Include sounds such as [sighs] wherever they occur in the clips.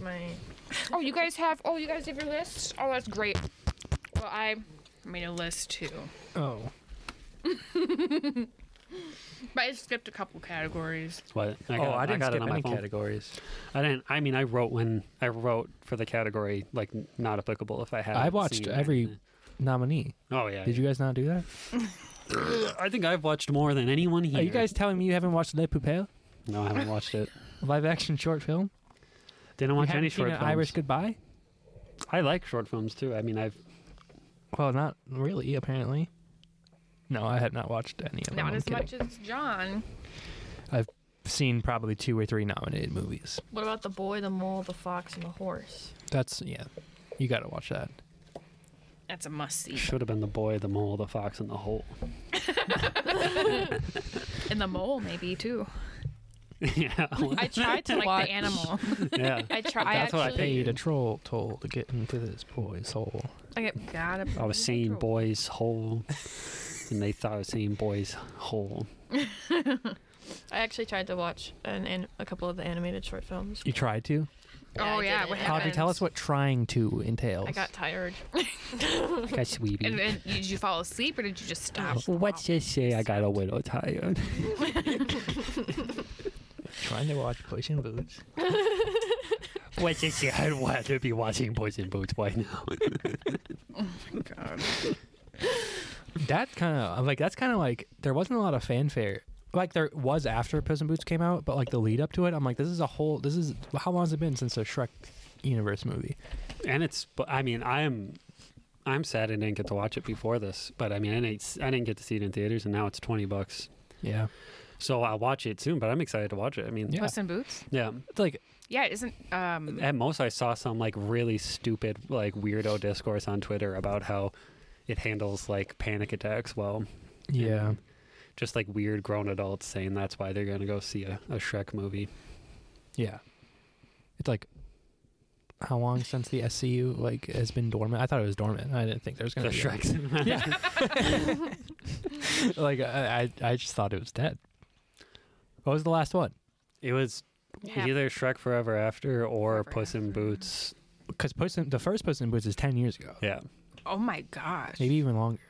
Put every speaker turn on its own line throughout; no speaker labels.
my.
Oh, you guys have. Oh, you guys have your lists. Oh, that's great. Well, I made a list too,
Oh.
but I skipped a couple categories.
What? I
oh, I didn't
got
skip
it on my
any
phone.
categories.
I didn't. I mean, I wrote when I wrote for the category like not applicable if I had.
I watched every nominee.
Oh yeah.
Did you guys not do that?
I think I've watched more than anyone here.
Are Oh, you guys telling me you haven't watched Les Poupées,
No, I haven't
[laughs]
watched it.
a live action short film?
Didn't
You
watch
haven't
any
seen
short
an
films.
Irish Goodbye?
I like short films too. I mean, I've
Well, not really, apparently. No, I have not watched any of them.
Not
I'm
as
kidding.
much as John.
Seen probably two or three nominated movies.
What about the boy, the mole, the fox, and the horse?
That's yeah. You got to watch that.
That's a must see.
should have been the boy, the mole, the fox, and
[laughs]
the hole. [laughs]
And the mole maybe too.
yeah. [laughs]
I tried to like
Watch.
the animal. [laughs]
yeah.
I tried.
That's
I
what I
actually,
Paid a troll toll to get into this boy's hole.
I get
Gotta
I was saying boys hole, and they thought I was saying boys hole.
[laughs] I actually tried to watch an, an a couple of the animated short films.
You tried to?
Yeah,
Oh
I
yeah,
did
what
it.
happened?
Audrey, tell us what trying to entails.
I got tired.
Like
[laughs]
a sweetie.
And, and did you fall asleep or did you just stop?
What's this say? I got a little tired.
trying to watch Puss in Boots.
What's this say? I'd rather be watching Boys in Boots right now.
That kind of like that's kind of like there wasn't a lot of fanfare. Like there was after Puss in Boots came out, but like the lead up to it, I'm like, this is a whole. This is how long has it been since a Shrek universe movie?
And it's, but I mean, I'm, I'm sad I didn't get to watch it before this. But I mean, I didn't, I didn't get to see it in theaters, and now it's twenty bucks.
Yeah,
So I'll watch it soon. But I'm excited to watch it. I mean,
Yeah.
Puss in Boots.
yeah.
it's like
Yeah, it isn't um
At most, I saw some like really stupid, like weirdo discourse on Twitter about how it handles like panic attacks well.
yeah,
Just like weird grown adults saying that's why they're gonna go see a, a Shrek movie.
yeah. It's like how long since the SCU like has been dormant? I thought it was dormant. I didn't think there was
The
gonna be a-
Shrek's
Yeah. [laughs] like I, I, I just thought it was dead. What was the last one?
It was
Yeah.
either Shrek Forever After or
Forever
Puss in Boots.
Because Puss in, the first Puss in Boots is ten years ago,
Yeah.
Oh my gosh.
maybe even longer.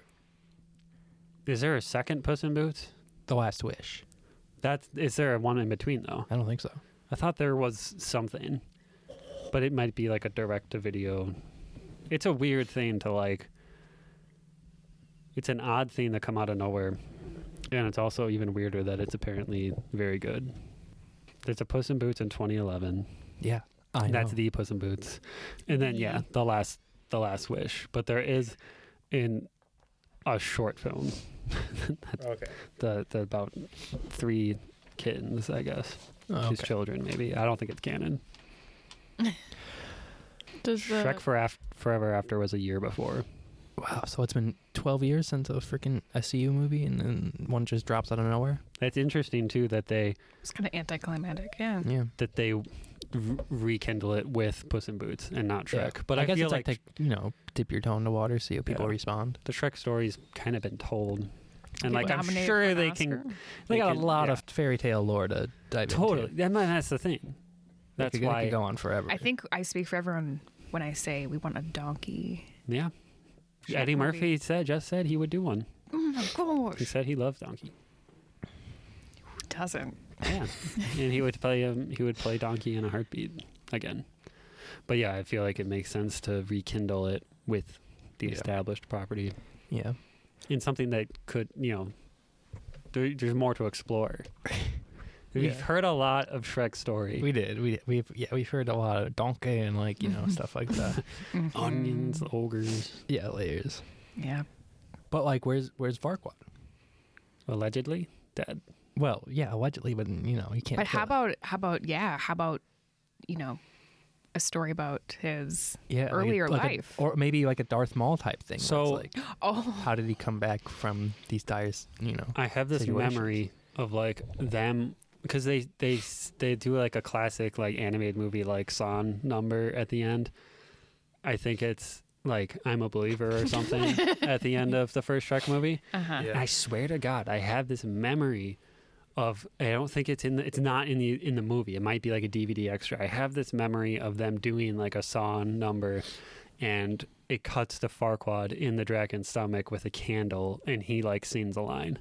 Is there a second Puss in Boots?
The Last Wish.
That's is there a one in between though?
I don't think so.
I thought there was something, but it might be like a direct to video. It's a weird thing to like. It's an odd thing to come out of nowhere, and it's also even weirder that it's apparently very good. There's a Puss in Boots in 2011.
Yeah, I
That's
know.
the Puss in Boots, and then yeah, the last the last wish. But there is in a short film. [laughs] okay. The the about three kittens, I guess.
Oh,
His
okay.
children, maybe. I don't think it's canon.
Does the
Shrek for af- Forever After was a year before.
Wow, so it's been twelve years since a freaking SCU movie, and then one just drops out of nowhere.
That's interesting too that they
It's kind of anticlimactic. Yeah.
Yeah,
that they r- rekindle it with Puss in Boots and not Shrek.
Yeah.
But I,
guess
feel
it's
like,
like, to you know dip your toe in the water, see how people
Yeah.
respond.
the Shrek story's kind of been told, and
Get
like I'm
nominated for
sure
an
they can.
Oscar.
They, got
can-
a lot
yeah.
of fairy tale lore to dive
totally.
into.
I mean, that's the thing.
They
That's
could- they
why.
could go on forever.
I think I speak for everyone when I say we want a donkey.
Yeah.
Shrek
Eddie
movie.
Murphy said just said he would do one.
Of course.
He said he loves Donkey.
doesn't.
Yeah, and he would play um he would play Donkey in a heartbeat again. But yeah, I feel like it makes sense to rekindle it with the
Yeah.
established property
yeah.
in something that could you know there, there's more to explore.
[laughs]
We've
Yeah.
heard a lot of Shrek story.
We did. We we've yeah we've heard a lot of donkey and like you [laughs] know stuff like that.
Oh. Onions, ogres,
Yeah, layers.
Mm, Yeah.
But like, where's where's Farquaad?
allegedly dead.
Well, yeah, allegedly, but you know you can't.
But how
kill it.
about how about yeah? How about you know a story about his
yeah like a-
earlier
like a-
life?
or maybe like a Darth Maul type thing? where it's
So-
like,
oh,
how did he come back from these dire? You know,
I have this
situations.
memory of like them because they they s- they do like a classic like animated movie like Son number at the end. I think it's like I'm a believer or something at the end of the first Shrek movie.
uh-huh.
I swear to God, I have this memory of I don't think it's in the, it's not in the in the movie. It might be like a DVD extra. I have this memory of them doing like a saw number, and it cuts to Farquaad in the dragon's stomach with a candle, and he like sings a line,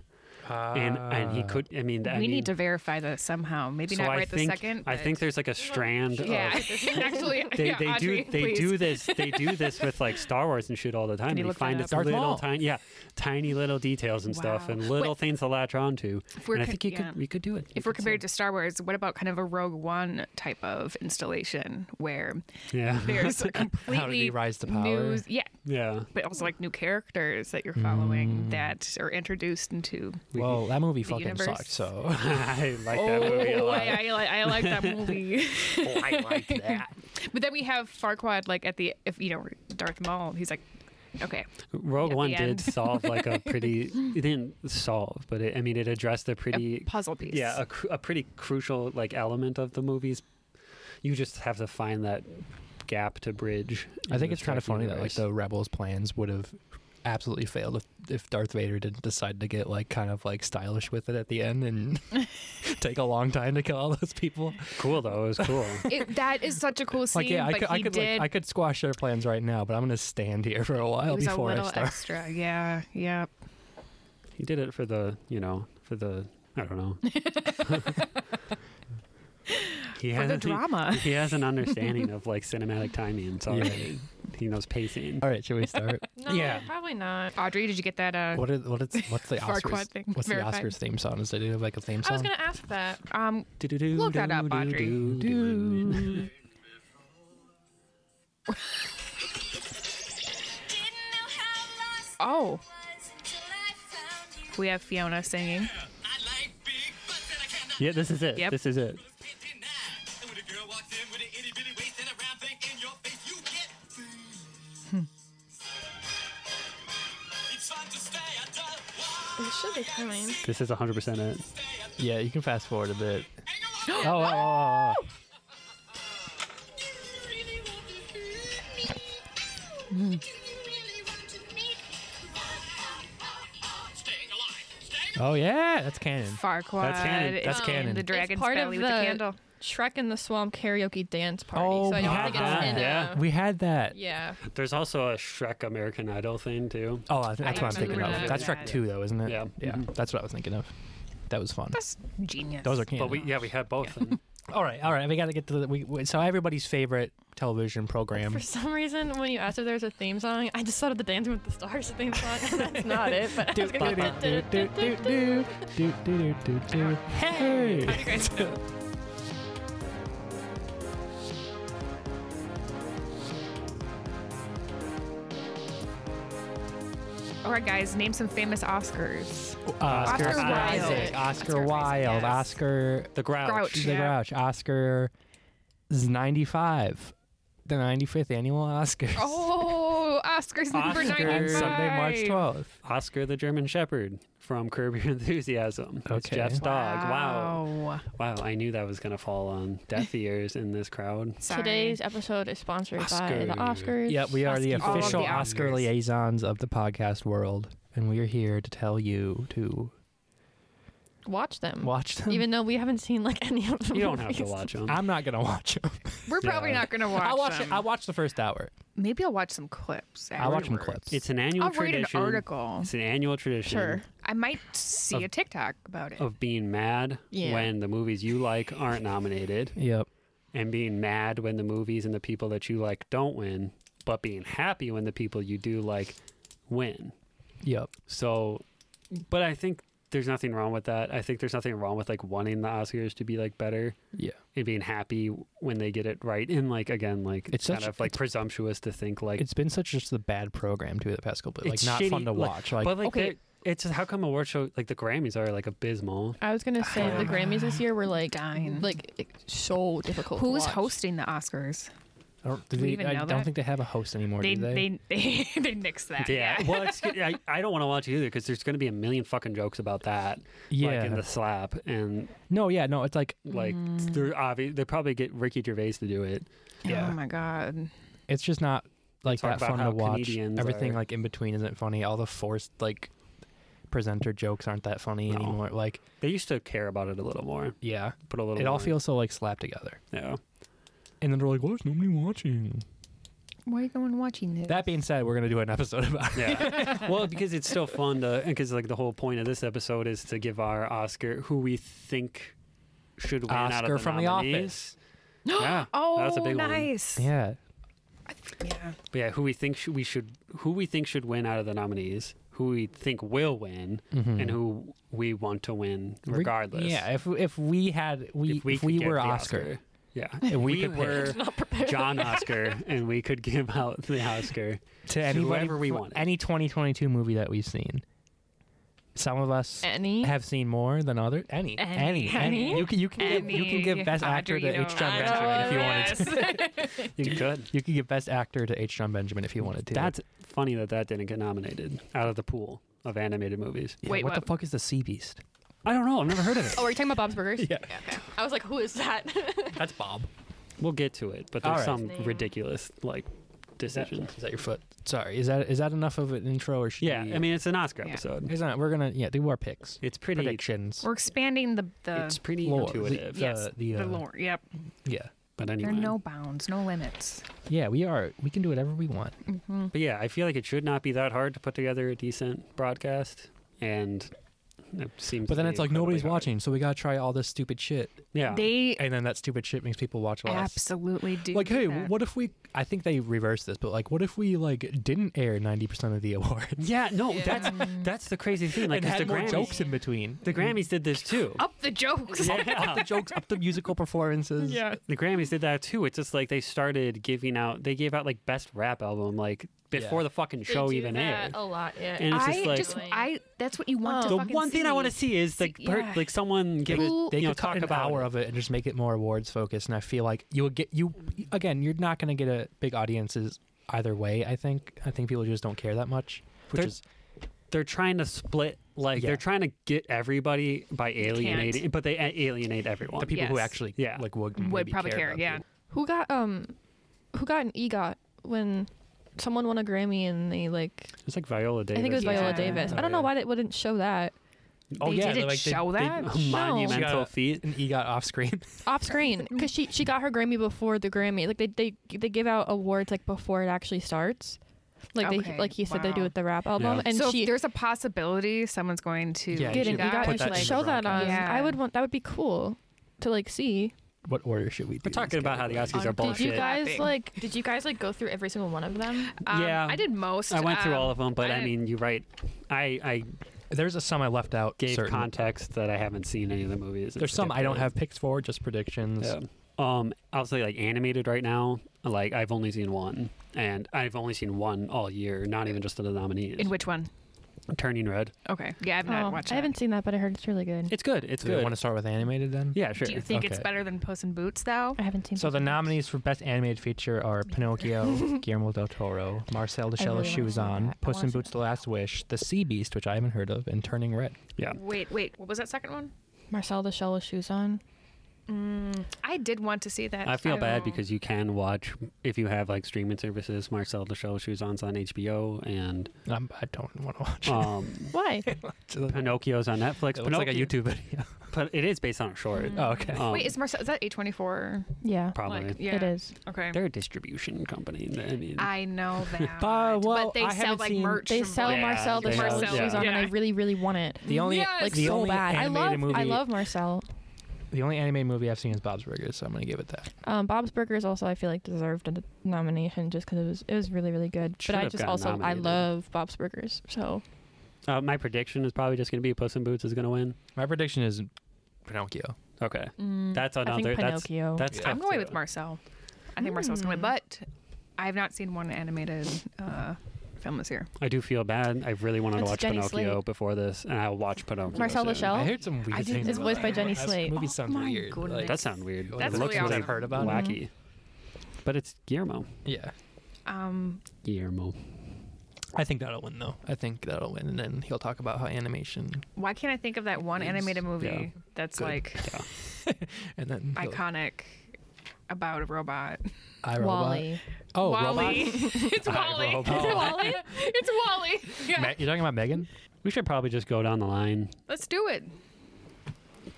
and and he could. I mean,
We
I mean,
need to verify this somehow. Maybe
so
not
I
right
think
the second.
I
but-
think there's like a strand.
[laughs]
Yeah, [laughs]
of,
[laughs]
actually,
they,
yeah,
they
Audrey,
do they
please.
do this they do this with like Star Wars and shit all the time.
you
They
look that
find
up?
this
Darth
little
Maul.
tiny yeah, tiny little details and stuff
Wow.
and little
Wait.
things to latch on to.
If we're
and I
con-
think you
yeah.
could we could do it.
if we're compared to Star Wars, what about kind of a Rogue One type of installation
[laughs]
where
to Yeah.
there's a completely
rise to
new,
power?
yeah,
Yeah. [laughs]
but also like new characters that you're following
Mm.
that are introduced into.
Well,
[laughs]
that movie fucking
universe.
sucked.
[laughs]
So
I like
Oh,
that movie a lot.
I, I, like- I like that movie. [laughs]
Oh,
I like that.
but then we have Farquaad, like at the if you know Darth Maul, he's like, okay,
Rogue
At
One
the
did
end.
solve like
[laughs]
a pretty it didn't solve, but it, I mean it addressed a
a
pretty
puzzle piece.
yeah, a, cru- a pretty crucial like element of the movies. You just have to find that gap to bridge.
I
in
think
the
it's kind of
Trek
funny that like
universe.
the rebels' plans would have absolutely failed if, if Darth Vader didn't decide to get like kind of like stylish with it at the end
[laughs]
and take a long time to kill all those people.
cool though. It was
[laughs]
cool.
It, that is such a cool scene.
Like yeah, I
but
could, I
he
could like,
did-
I could squash their plans right now, but I'm gonna stand here for a
it
while
was a
before I
little
start.
extra. Yeah, yeah.
he did it for the you know for the I don't
[laughs]
know. he
For the
he-
drama.
He has
[laughs]
an understanding of like cinematic timing, and so he knows pacing.
All right, should we
[laughs]
start?
No,
Yeah.
probably not.
Audrey, did you get that? Uh,
what are, what is what's the
Farquaad
Oscars?
thing
What's
verified.
the Oscars theme song? Is they have like a theme
I was
song?
gonna ask that.
um, Look that up, Audrey.
Audrey.
oh, we have Fiona singing.
Yeah, this is it.
Yep.
This is it.
It should be coming.
This is 100% it.
yeah, you can fast forward a
[laughs]
bit.
Oh.
Oh, oh, oh, oh, oh. Oh, yeah, that's canon.
Farquaad
That's canon.
is
That's
in
canon.
Um, the
It's
dragon's
part of
belly with
the-
the candle.
Shrek in the Swamp karaoke dance party.
Oh,
so I don't
we
think
had
it's in
that.
Yeah.
uh,
yeah.
We had that.
yeah.
There's also a Shrek American Idol thing too.
Oh, I think that's
I
what I'm thinking
remember
of.
that.
That's Shrek
Yeah.
2, though, isn't it?
Yeah.
Yeah,
Mhm.
that's what I was thinking of. That was fun.
That's genius.
Those are canon.
But we yeah we had both.
[laughs]
then.
all right, all right. We got to get to the. We, we, so, everybody's favorite television program.
For some reason, when you asked if there was a theme song, I just thought of the Dancing with the Stars theme song. and [laughs] That's not it, but I was gonna go.
Do, do, do, do, do, do, do, do. Hey!
you guys do? All right, guys, name some famous Oscars.
Oscar, Isaac,
Oscar
Wilde.
Oscar,
Oscar Isaac,
Wilde,
yes.
Oscar
The Grouch.
Grouch.
the
Yeah.
Grouch, Oscar is 95, the 95th annual Oscars.
Oh, Oscars number
Oscars.
on
95.
Sunday, March 12th.
Oscar the German Shepherd from Curb Your Enthusiasm. It's
Okay.
Jeff's dog. Wow.
Wow.
Wow. I knew that was gonna fall on deaf ears in this crowd.
Sorry.
Today's episode is sponsored by the
Oscar.
Oscars.
Yeah, we are the
Oscars. All of
official
the
Oscar
Oscars.
liaisons of the podcast world, and we are here to tell you to
Watch them.
watch them.
Even though we haven't seen like any of them.
You don't have to watch them.
I'm not gonna watch them.
We're probably
Yeah.
not going to watch
I watch.
them.
I watch the first hour.
Maybe I'll watch some clips.
I watch some
afterwards.
clips.
It's an annual
I'll read an
tradition.
article.
It's an annual tradition
Sure.
I might see
Of-
a TikTok about it.
of being mad
Yeah.
when the movies you like aren't nominated,
yep.
and being mad when the movies and the people that you like don't win, but being happy when the people you do like win.
Yep.
So, but I think there's nothing wrong with that. I think there's nothing wrong with like wanting the Oscars to be like better
Yeah.
and being happy when they get it right. And like again, like it's
It's
kind
such-
of like
it's-
presumptuous to think like
It's been such just a bad program too the past couple. Like
it's
not fun
shitty,
to
like-
watch. Like,
but like
Okay.
okay. It's how come award show like the Grammys are like abysmal.
I was gonna say the Grammys this year were like
Dying.
like it- so difficult. to
Who's
watch.
hosting the Oscars?
I don't, do
we
they-
even
I
know
don't
that?
think they have a host anymore.
They
do they?
they they, [laughs] they nixed that. Yeah.
well,
[laughs]
it's, I, I don't want to watch it either because there's going to be a million fucking jokes about that.
Yeah.
like in the slap and
no. Yeah. No. It's like
like
Mm.
they're obvious. They probably get Ricky Gervais to do it.
Oh my god.
it's just not like
talk
that
about
fun
how
to watch.
comedians
Everything
are-
like in between isn't funny. All the forced like presenter jokes aren't that funny
No.
anymore. Like,
They used to care about it a little more.
yeah,
Put a little.
it all
more-
feels so like slapped together.
Yeah.
And then they're like, "Why is nobody watching?"
Why are you going watching this?
That being said, we're gonna do an episode [laughs] about it. [laughs]
Yeah. well, because it's still fun to, because like the whole point of this episode is to give our Oscar who we think should win out of
Oscar
the
from The
nominees. [gasps] yeah.
Oh,
that's a big one.
[laughs]
nice.
Yeah,
Yeah.
But yeah, who we think should, we should, who we think should win out of the nominees, who we think will win,
Mhm.
and who we want to win
Re-
regardless.
yeah, if if we had we if we,
could get
were
the
Oscar,
yeah,
If we
we,
could pick.
were
Not prepared.
John Oscar, and we could give out the Oscar.
to anybody,
whoever we
fr-
wanted.
any 2022 movie that we've seen, some of us
Any?
have seen more than others. Any, any,
Any.
any.
Any?
You can you can give, you can give
Any.
best actor
Audrey,
to
you
H.
know.
John
I
Benjamin if you wanted to.
wanted to.
You could.
You could give best actor to H. John Benjamin if you wanted to.
That's funny that that didn't get nominated out of the pool of animated movies.
Yeah,
Wait,
what, the
what?
fuck is the Sea Beast?
I don't know. I've never heard of it.
Oh, are you talking about Bob's Burgers?
Yeah.
okay. I was like, who is that? [laughs]
That's Bob.
We'll get to it, but
All
there's
right.
some
Name.
ridiculous like
Is that,
decision.
is that your foot? Sorry, is that is that enough of an intro or should
Yeah,
we-
I mean it's an Oscar
Yeah.
episode.
it's not, we're gonna yeah do our picks,
It's pretty.
predictions,
We're expanding the the
It's pretty
lore, the-
intuitive.
yeah.
yes,
the,
the,
uh,
lore. Yep.
yeah,
But
There
anyway,
are no bounds, no limits.
yeah. We are we can do whatever we want.
Mm-hmm.
but yeah, I feel like it should not be that hard to put together a decent broadcast, and it seems.
But
to
then
be
it's like
incredibly
nobody's
hard.
watching, so we gotta try all this stupid shit,
Yeah,
They
and then that stupid shit makes people watch less.
absolutely do.
Like, hey,
that.
what if we? I think they reversed this, but like, what if we like didn't air ninety percent of the [laughs] awards
yeah. No, that's that's the crazy thing. Like
and
'cause
had
the
more
Grammys,
jokes in between? [laughs]
the Grammys did this too.
Up
[laughs]
the jokes.
up [laughs] the jokes, up the musical performances.
the Grammys did that too. It's just like they started giving out. They gave out like best rap album like before
Yeah.
the fucking
They
show
do
even
that Oh,
aired.
A lot, yeah.
And it's
I
just like
just, I. That's what you want
Oh.
to
the
fucking
one thing I want to
see.
see is like per-
yeah.
like someone give
Who-
it.
They
you know,
could cut
talk
an
about
hour
it.
of it and just make it more awards focused. And I feel like you'll get you again. You're not going to get a big audiences either way. I think. I think people just don't care that much. Which
They're-
is
They're trying to split like
Yeah.
they're trying to get everybody by alienating, but they a- alienate everyone.
the people who
yes.
actually
Yeah.
like would
Would
maybe
probably care,
about
yeah.
it.
who got um, who got an EGOT when someone won a Grammy and they like?
It's like Viola Davis.
I think it was Viola
Yeah.
Davis. I don't know why they wouldn't show that
Oh
They
yeah,
didn't
like, they-
show
[laughs]
they-
that.
[laughs] monumental
Yeah.
feat.
And he got off screen.
off [laughs] screen because she she got her Grammy before the Grammy. Like they they they give out awards like before it actually starts. Like
Okay,
they like he said they do
wow.
with the rap album
Yeah.
and
so
she
if there's a possibility someone's going to
Yeah,
didn't
you
we got
put
to
that in
like
the
show that on.
broadcast. Yeah.
I would want that would be cool to like see.
[laughs] what order should we? Do
We're talking about how the Oscars are
Did you
Did you
bullshit.
guys
Clapping.
like did you guys like go through every single one of them?
Um,
Yeah.
I did most.
I went through
um,
all of them, but I,
didn't-
mean, you're right. I I
There's a some I left out.
gave
certain-
context that I haven't seen any of the movies.
There's some I don't
have.
have picks for, just predictions.
Yeah. Um, I'll say like animated right now. Like I've only seen one, and I've only seen one all year. Not even just the nominees.
in which one?
Turning Red.
Okay, yeah, I've not
Oh,
watched.
I
that.
haven't seen that, but I heard it's really good.
It's good. It's
Do we
good.
want to start with animated then?
Yeah, sure.
Do you think it's
Okay.
better than Puss in Boots though?
I haven't seen.
So the
Pocahontas.
nominees for Best Animated Feature are Pinocchio, Guillermo del Toro, Marcel the
I
Shell
really
of
wanna
Shoes
see
On,
that. I
Puss
wanna
in
see
Boots:
that.
The Last Wish, The Sea Beast, which I haven't heard of, and Turning Red.
Yeah.
Wait, wait, what was that second one?
Marcel the Shell with shoes on.
Mm, I did want to see that.
I feel
don't
bad
know.
because you can watch if you have like streaming services. Marcel the Shell Shoes On's on HBO and
I'm, Um, I don't want to watch
[laughs]
um,
Why?
it. [laughs] It looks
Pinocchio's on Netflix.
like a
Pinocchio-
YouTube video.
But it is based on a short.
Oh, okay.
Um,
Mm-hmm. wait, is Marcel is that A twenty four?
Yeah,
probably
Like, yeah,
it is.
Okay,
they're a distribution company. I mean,
I know that.
But, well,
they
I
sell
haven't
like
seen-
merch.
They
from
sell
them.
Yeah,
Marcel the
they
Shell
sell-
with shoes
yeah.
on, and I
Yeah.
really, really want it.
The only
Yes!
Like
the
so
only
bad. I
animated
love.
movie
I love Marcel.
the only animated movie I've seen is Bob's Burgers, so I'm gonna give it that.
Um, Bob's Burgers also I feel like deserved a nomination just because it was it was really really good.
Should
but I
have
just
gotten
also
nominated.
I love Bob's Burgers. So
uh, my prediction is probably just going to be Puss in Boots is going to win.
My prediction is Pinocchio.
Okay,
Mm,
that's
I think
another. That's
Pinocchio.
that's.
Yeah.
tough
I'm going
too.
with Marcel. I think Marcel's gonna win,
Mm.
but I have not seen one animated uh, film this year.
I do feel bad. I really wanted to
That's
watch
Jenny
Pinocchio
Slate.
before this, and I'll watch Pinocchio.
Marcel the
soon.
Shell?
I heard some weird
I didn't-
things.
it's
about
voiced by
that.
Jenny
That
Slate.
Movie
Oh
sounds
my
weird. like-
goodness.
That sounds weird.
That's
it looks
really
really
awesome. I've
heard
Mm-hmm.
about it.
wacky. But it's Guillermo.
yeah,
Um,
Guillermo.
I think that'll win though. I think that'll win, and then he'll talk about how animation,
Why can't I think of that one
Yes.
animated movie
Yeah.
that's
Good.
like
and then he'll-
iconic about a robot?
I, Robot.
Wally.
Oh,
Wally.
Robot.
[laughs] it's
I,
Wally.
Robot.
It's Wally. It's Wally.
[laughs]
Yeah.
Me- you're talking about Megan?
We should probably just go down the line
Let's do it,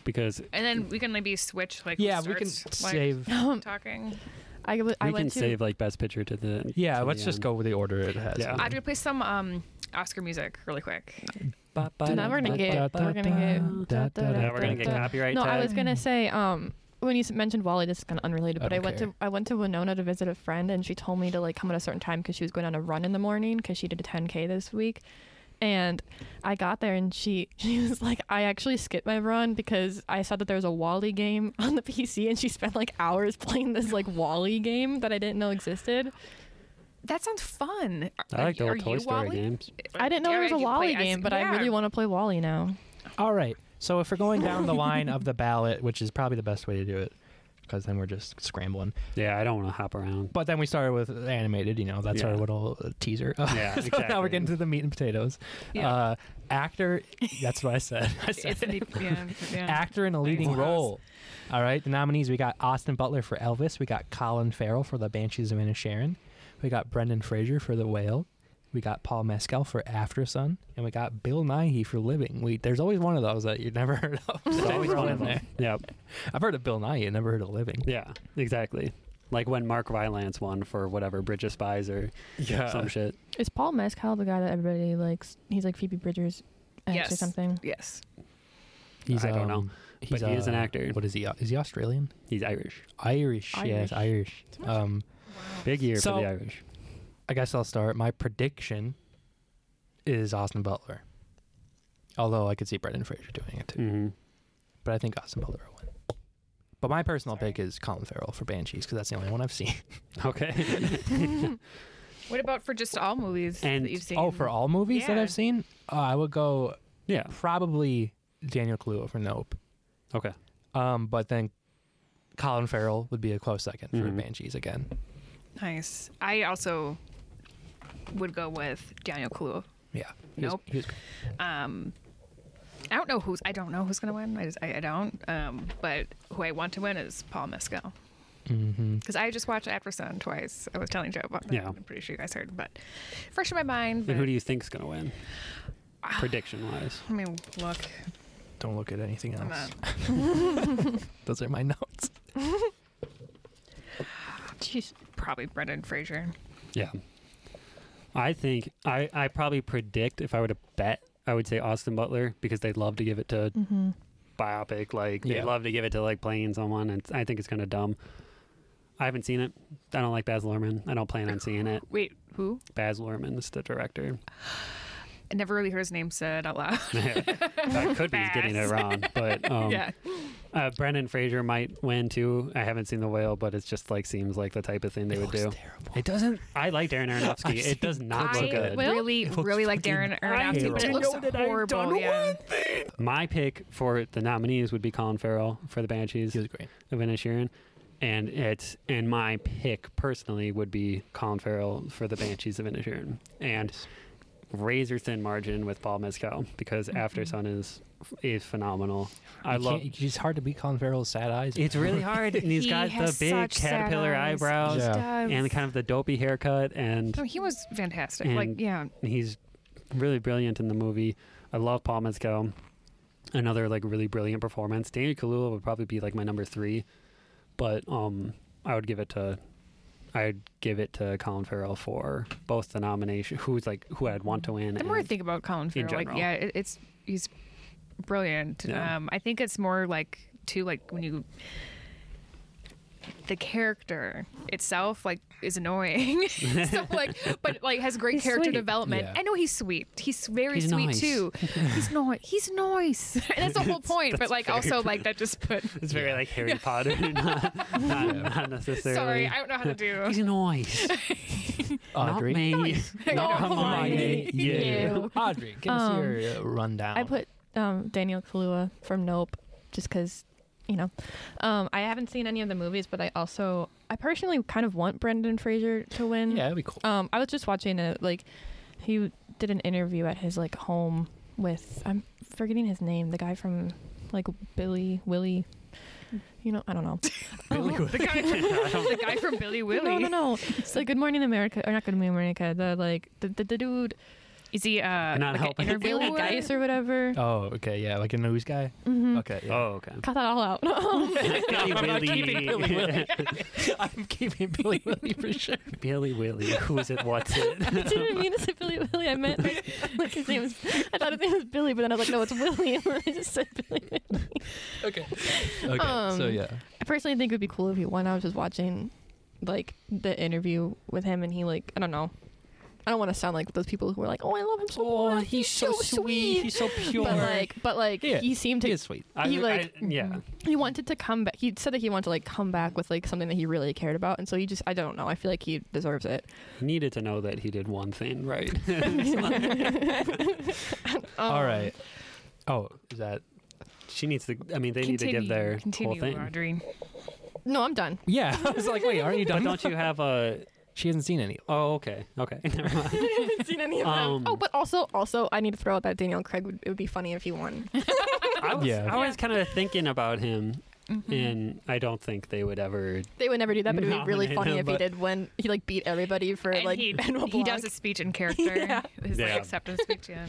because
and then we can maybe switch. Like, who
yeah, we can
starts, like,
save.
talking.
[laughs] I, w- I
we
went
can
to
save like best picture to the.
Yeah,
to
let's
the
just
end.
go with the order it has.
Yeah.
I have to play some um Oscar music really quick.
So now we're gonna get we're gonna get
Da, da, da,
Yeah, we're gonna get
da.
copyright.
No, I
tag.
was gonna say um when you s- mentioned Wally, this is kind of unrelated,
I
but I,
don't
went
care.
to I went to Winona to visit a friend, and she told me to like come at a certain time because she was going on a run in the morning because she did a 10k this week, and I got there and she [laughs] she was like I actually skipped my run because I saw that there was a Wally game [laughs] on the PC and she spent like hours [laughs] playing this like Wally game that I didn't know existed.
That sounds fun.
I like the
Are-
old
are
Toy
you
Story
Wally?
games.
I didn't know
Yeah,
there was a
you play
Wally
as-
game, but
yeah.
I really want to play Wally now.
All right. So if we're going down
[laughs]
the line of the ballot, which is probably the best way to do it, because then we're just scrambling.
Yeah, I don't want to hop around.
But then we started with animated. You know, that's our
Yeah.
little uh, teaser. [laughs]
Yeah,
So now we're
exactly.
getting to the meat and potatoes.
Yeah.
Uh, actor. That's what I said. [laughs] I said
It's an,
[laughs]
yeah, yeah.
actor in a leading
Nice.
role. All right, the nominees we got Austin Butler for Elvis, we got Colin Farrell for The Banshees of Inisherin, we got Brendan Fraser for The Whale, we got Paul Mescal for After Sun, and we got Bill Nighy for Living. We there's always one of those that you've never [laughs] heard of. There's always one in there.
Yeah,
I've heard of Bill Nighy, never heard of Living.
yeah, exactly. Like when Mark Rylance won for whatever Bridge of Spies or
Yeah,
some shit.
Is Paul Mescal the guy that everybody likes? He's like Phoebe Bridgers ex or
Yes.
something.
Yes.
I don't know,
[laughs] he's,
but he is an
uh,
actor.
What is he? uh, Is he Australian?
He's Irish.
Irish,
Irish.
yes, Irish. Um,
Big year
So-
for the Irish.
I guess I'll start. My prediction is Austin Butler. Although I could see Brendan Fraser doing it too.
Mm-hmm.
But I think Austin Butler will win. But my personal pick is Colin Farrell for Banshees because that's the only one I've seen.
Okay. [laughs]
What about for just all movies
And-
that you've seen?
Oh, for all movies that
Yeah.
I've seen, uh, I would go
yeah.
probably Daniel Kaluuya for Nope.
Okay.
Um, but then Colin Farrell would be a close 2nd for
Mhm.
Banshees again.
Nice. I also would go with Daniel Kaluuya.
Yeah. He was-
Nope.
he was-
Um, I don't know who's I don't know who's gonna win. I just I, I don't. Um, but who I want to win is Paul Mescal
mhm.
because I just watched After Sun twice. I was telling Joe about that.
Mm-hmm. Yeah.
I'm pretty sure you guys heard, but fresh in my mind.
And who
but-
do you think's
[sighs]
gonna win? Prediction wise.
Let me look.
Don't look at anything
I'm
else.
not-
[laughs] Those are my notes.
Jeez, probably Brendan Fraser.
Yeah. I think I, I probably predict if I were to bet, I would say Austin Butler because they love to give it to
Mm-hmm.
biopic. Like
Yeah.
they love to give it to like playing someone, and I think it's kind of dumb. I haven't seen it. I don't like Baz Luhrmann. I don't plan on seeing it.
Wait, who?
Baz Luhrmann is the director.
I never really heard his name said out loud.
I could be getting it
Baz.
wrong, but um,
[laughs] yeah.
uh, Brendan Fraser might win too. I haven't seen The Whale, but it's just like seems like the type of thing they would do.
terrible.
It doesn't. I like Darren Aronofsky. it does not look
I
good.
really,
It looks
really like
fucking
Darren Aronofsky, but it
terrible.
looks
You know
horrible. yeah.
My pick for the nominees would be Colin Farrell for the Banshees
He was
of
great.
Inisherin, and it's and my pick personally would be Colin Farrell for the Banshees of Inisherin, and razor thin margin with Paul Mescal because
Mm-hmm.
After Sun is is phenomenal. I
You
love.
can't- e- It's hard to beat Colin Farrell's sad eyes.
It's really hard, and he's
He
got the
has
big
such sad
caterpillar
eyes.
eyebrows
Yeah.
and kind of the dopey haircut, and
No, he was fantastic. like,
And-
yeah,
he's really brilliant in the movie. I love Paul Mescal. Another like really brilliant performance. Daniel Kaluuya would probably be like my number three, but um, I would give it to, I'd give it to Colin Farrell for both the nomination. Who's like who I'd want to win.
the more I
and-
think about Colin Farrell, like,
general.
yeah, it, it's he's brilliant.
Yeah.
Um, I think it's more like too like when you the character itself like is annoying
[laughs]
[laughs] so like but like has great
He's
character
sweet.
development
Yeah.
i know he's sweet he's very
He's
sweet
nice.
too he's nice he's nice [laughs] and that's the
[laughs]
whole point but like also like that just put
it's very like Harry Potter, [laughs] not, not, not necessarily.
sorry i don't know how
[laughs]
to do
He's nice.
[laughs] Audrey.
Not me.
[laughs]
[laughs]
Not
mine.
You.
Audrey, give us
Um,
your uh, rundown.
I put um, Daniel Kaluuya from Nope, just because, you know, um, I haven't seen any of the movies, but I also I personally kind of want Brendan Fraser to win.
Yeah, that'd be cool.
Um, I was just watching a like, he did an interview at his like home with I'm forgetting his name, the guy from like Billy Willie, you know I don't know.
the guy,
[laughs]
the guy from Billy Willie.
No, no, no. It's like Good Morning America, or not Good Morning America. The like the the, the dude.
Is he uh,
Not
like
helping.
an
Billy
interviewer?
Geis or whatever. Mm-hmm.
Oh, okay, yeah, like a news guy.
Mm.
Okay, yeah.
Oh, okay.
Cut that all out.
Billy Willie. Billy [laughs] Willie.
[laughs] I'm keeping Billy Willie
[laughs]
for sure.
Who's it? What's it?
I didn't mean to say Billy Willie. I meant
[laughs]
like, like his name was. I thought his name was Billy, but then I was like, no, it's Willie. And then [laughs] I just said Billy. Willie.
Okay. Okay. so
Um,
yeah.
I personally think it would be cool if he won. I was just watching like the interview with him, and he like I don't know. I don't want to sound like those people who are like, oh, I love him so much.
so pure.
But like, but like,
Yeah,
he seemed to
he is sweet.
I,
He, like,
I, yeah.
he wanted to come back. He said that he wanted to like come back with like something that he really cared about, and so he just I don't know. I feel like he deserves it.
Needed to know that he did one thing right. [laughs]
All right. Oh, is that?
she needs to. I mean, they need to give
Continue,
their
continue,
whole thing.
Audrey.
No, I'm done.
[laughs] Yeah. I was like, wait, aren't you
But
done?
don't you have a?
She hasn't seen any.
Oh, okay, okay. [laughs] Never mind.
seen any of
Um,
them. Oh, but also, also, I need to throw out that Daniel Craig would. It would be funny if he won.
I was,
Yeah. Mm-hmm.
I was kind of thinking about him, and I don't think they would ever.
They would never do that, but it would be really
Nominate
funny
him,
if he
but-
did win. He like beat everybody for
And
like [laughs]
he,
Benoit
he
Blanc.
does a speech [laughs] in character.
Yeah.
His
Yeah.
like, acceptance speech. Yeah.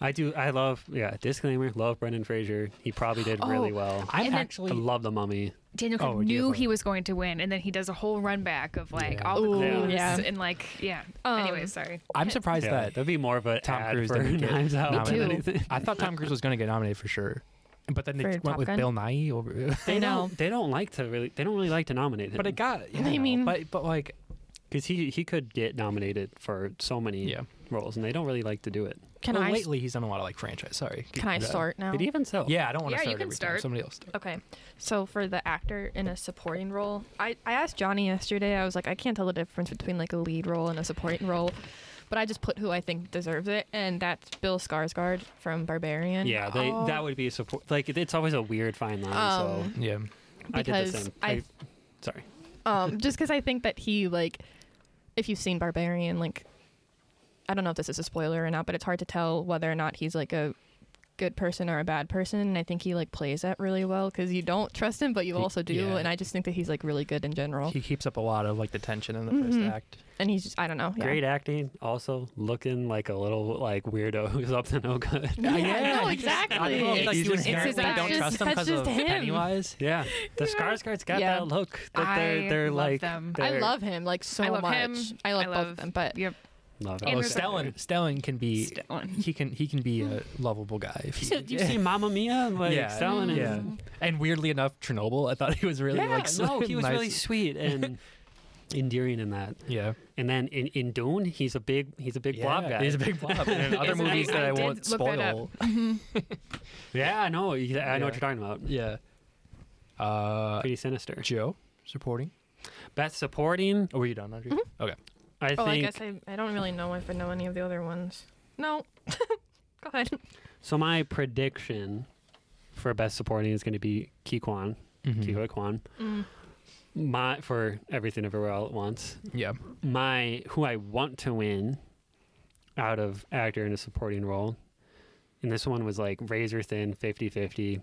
I do. I love. Yeah. Disclaimer. Love Brendan Fraser. He probably did really
Oh,
well.
I'm
And then-
I
actually.
love the Mummy.
[laughs] Daniel Craig
Oh, do you
knew
have a-
he was going to win, and then he does a whole run back of like
Yeah.
all the
Ooh,
clues
yeah.
and like yeah.
Um,
anyway, sorry.
I'm surprised
Yeah,
that
that'd be more of a
Tom
ad
Cruise [laughs]
for [laughs]
didn't get
Knives Out than
nominated.
anything.
I thought Tom Cruise was going to get nominated for sure, but then they
For
went
Top
with
Gun?
Bill Nye over. [laughs]
I know.
They don't like to really. They don't really like to nominate him.
but it got. Yeah,
I
know,
mean-
but but like,
because he he could get nominated for so many
Yeah.
roles, and they don't really like to do it.
Can
well,
I?
lately he's done a lot of like franchise. Sorry.
Can I
Yeah.
start now?
But even so,
Yeah, I don't want to
Yeah, you
start.
can
every time.
start.
Somebody else. Start.
Okay. So for the actor in a supporting role, I, I asked Johnny yesterday, I was like, I can't tell the difference between like a lead role and a supporting role. But I just put who I think deserves it, and that's Bill Skarsgård from Barbarian.
yeah. They that would be a support. Like it, it's always a weird fine line.
Oh. Um,
Yeah.
so I did the
because
same.
I-
sorry.
um, just because I think that he like, if you've seen Barbarian, like, I don't know if this is a spoiler or not, but it's hard to tell whether or not he's like a good person or a bad person, and I think he like plays that really well because you don't trust him, but you
He-
also do,
yeah.
and I just think that he's like really good in general,
He keeps up a lot of like the tension in the first
Mhm.
act.
and he's just I don't know, yeah.
Great acting, also looking like a little like weirdo [laughs] who's up to no good.
[laughs] Yeah,
Yeah,
no,
he just-
exactly.
I don't know if, like,
He's
you
just
inherently
very-
don't
that's
trust
just-
him
that's
because of
just him.
Pennywise.
Yeah, the Skarsgård's got
Yeah.
that look that they're
I
they're
love
like.
them.
I
they're-
love him like so
I love
much.
him.
I love
I
both
love-
of them, but
Yep.
Love
And
Oh,
there's-
Stellan. Stellan can be.
Stellan.
He can he can be a lovable guy. If he,
You see Mamma Mia? Like
Yeah,
Stellan is
yeah. And weirdly enough, Chernobyl. I thought he was really
yeah,
like so
no, he [laughs] was
nice.
really sweet [laughs] and endearing in that.
yeah.
And then in, in Dune, he's a big he's a big blob guy.
He's a big blob. And in other
Yes, I-
movies that I,
I did
won't
look that up.
spoil.
[laughs] yeah, I know. he- I know what
Yeah.
you're talking about.
[laughs] Yeah. Uh,
Pretty sinister.
Joe supporting.
Best supporting,
Oh, were you done, Audrey? Okay.
I
oh, I
think.
guess I, I don't really know if I know any of the other ones. No. [laughs] Go ahead.
So my prediction for best supporting is going to be Kikwan,
Mm-hmm.
Kihoi Kwan.
Mm.
My for everything everywhere all at once.
Yeah.
My who I want to win out of actor in a supporting role. And this one was like razor thin 50-50.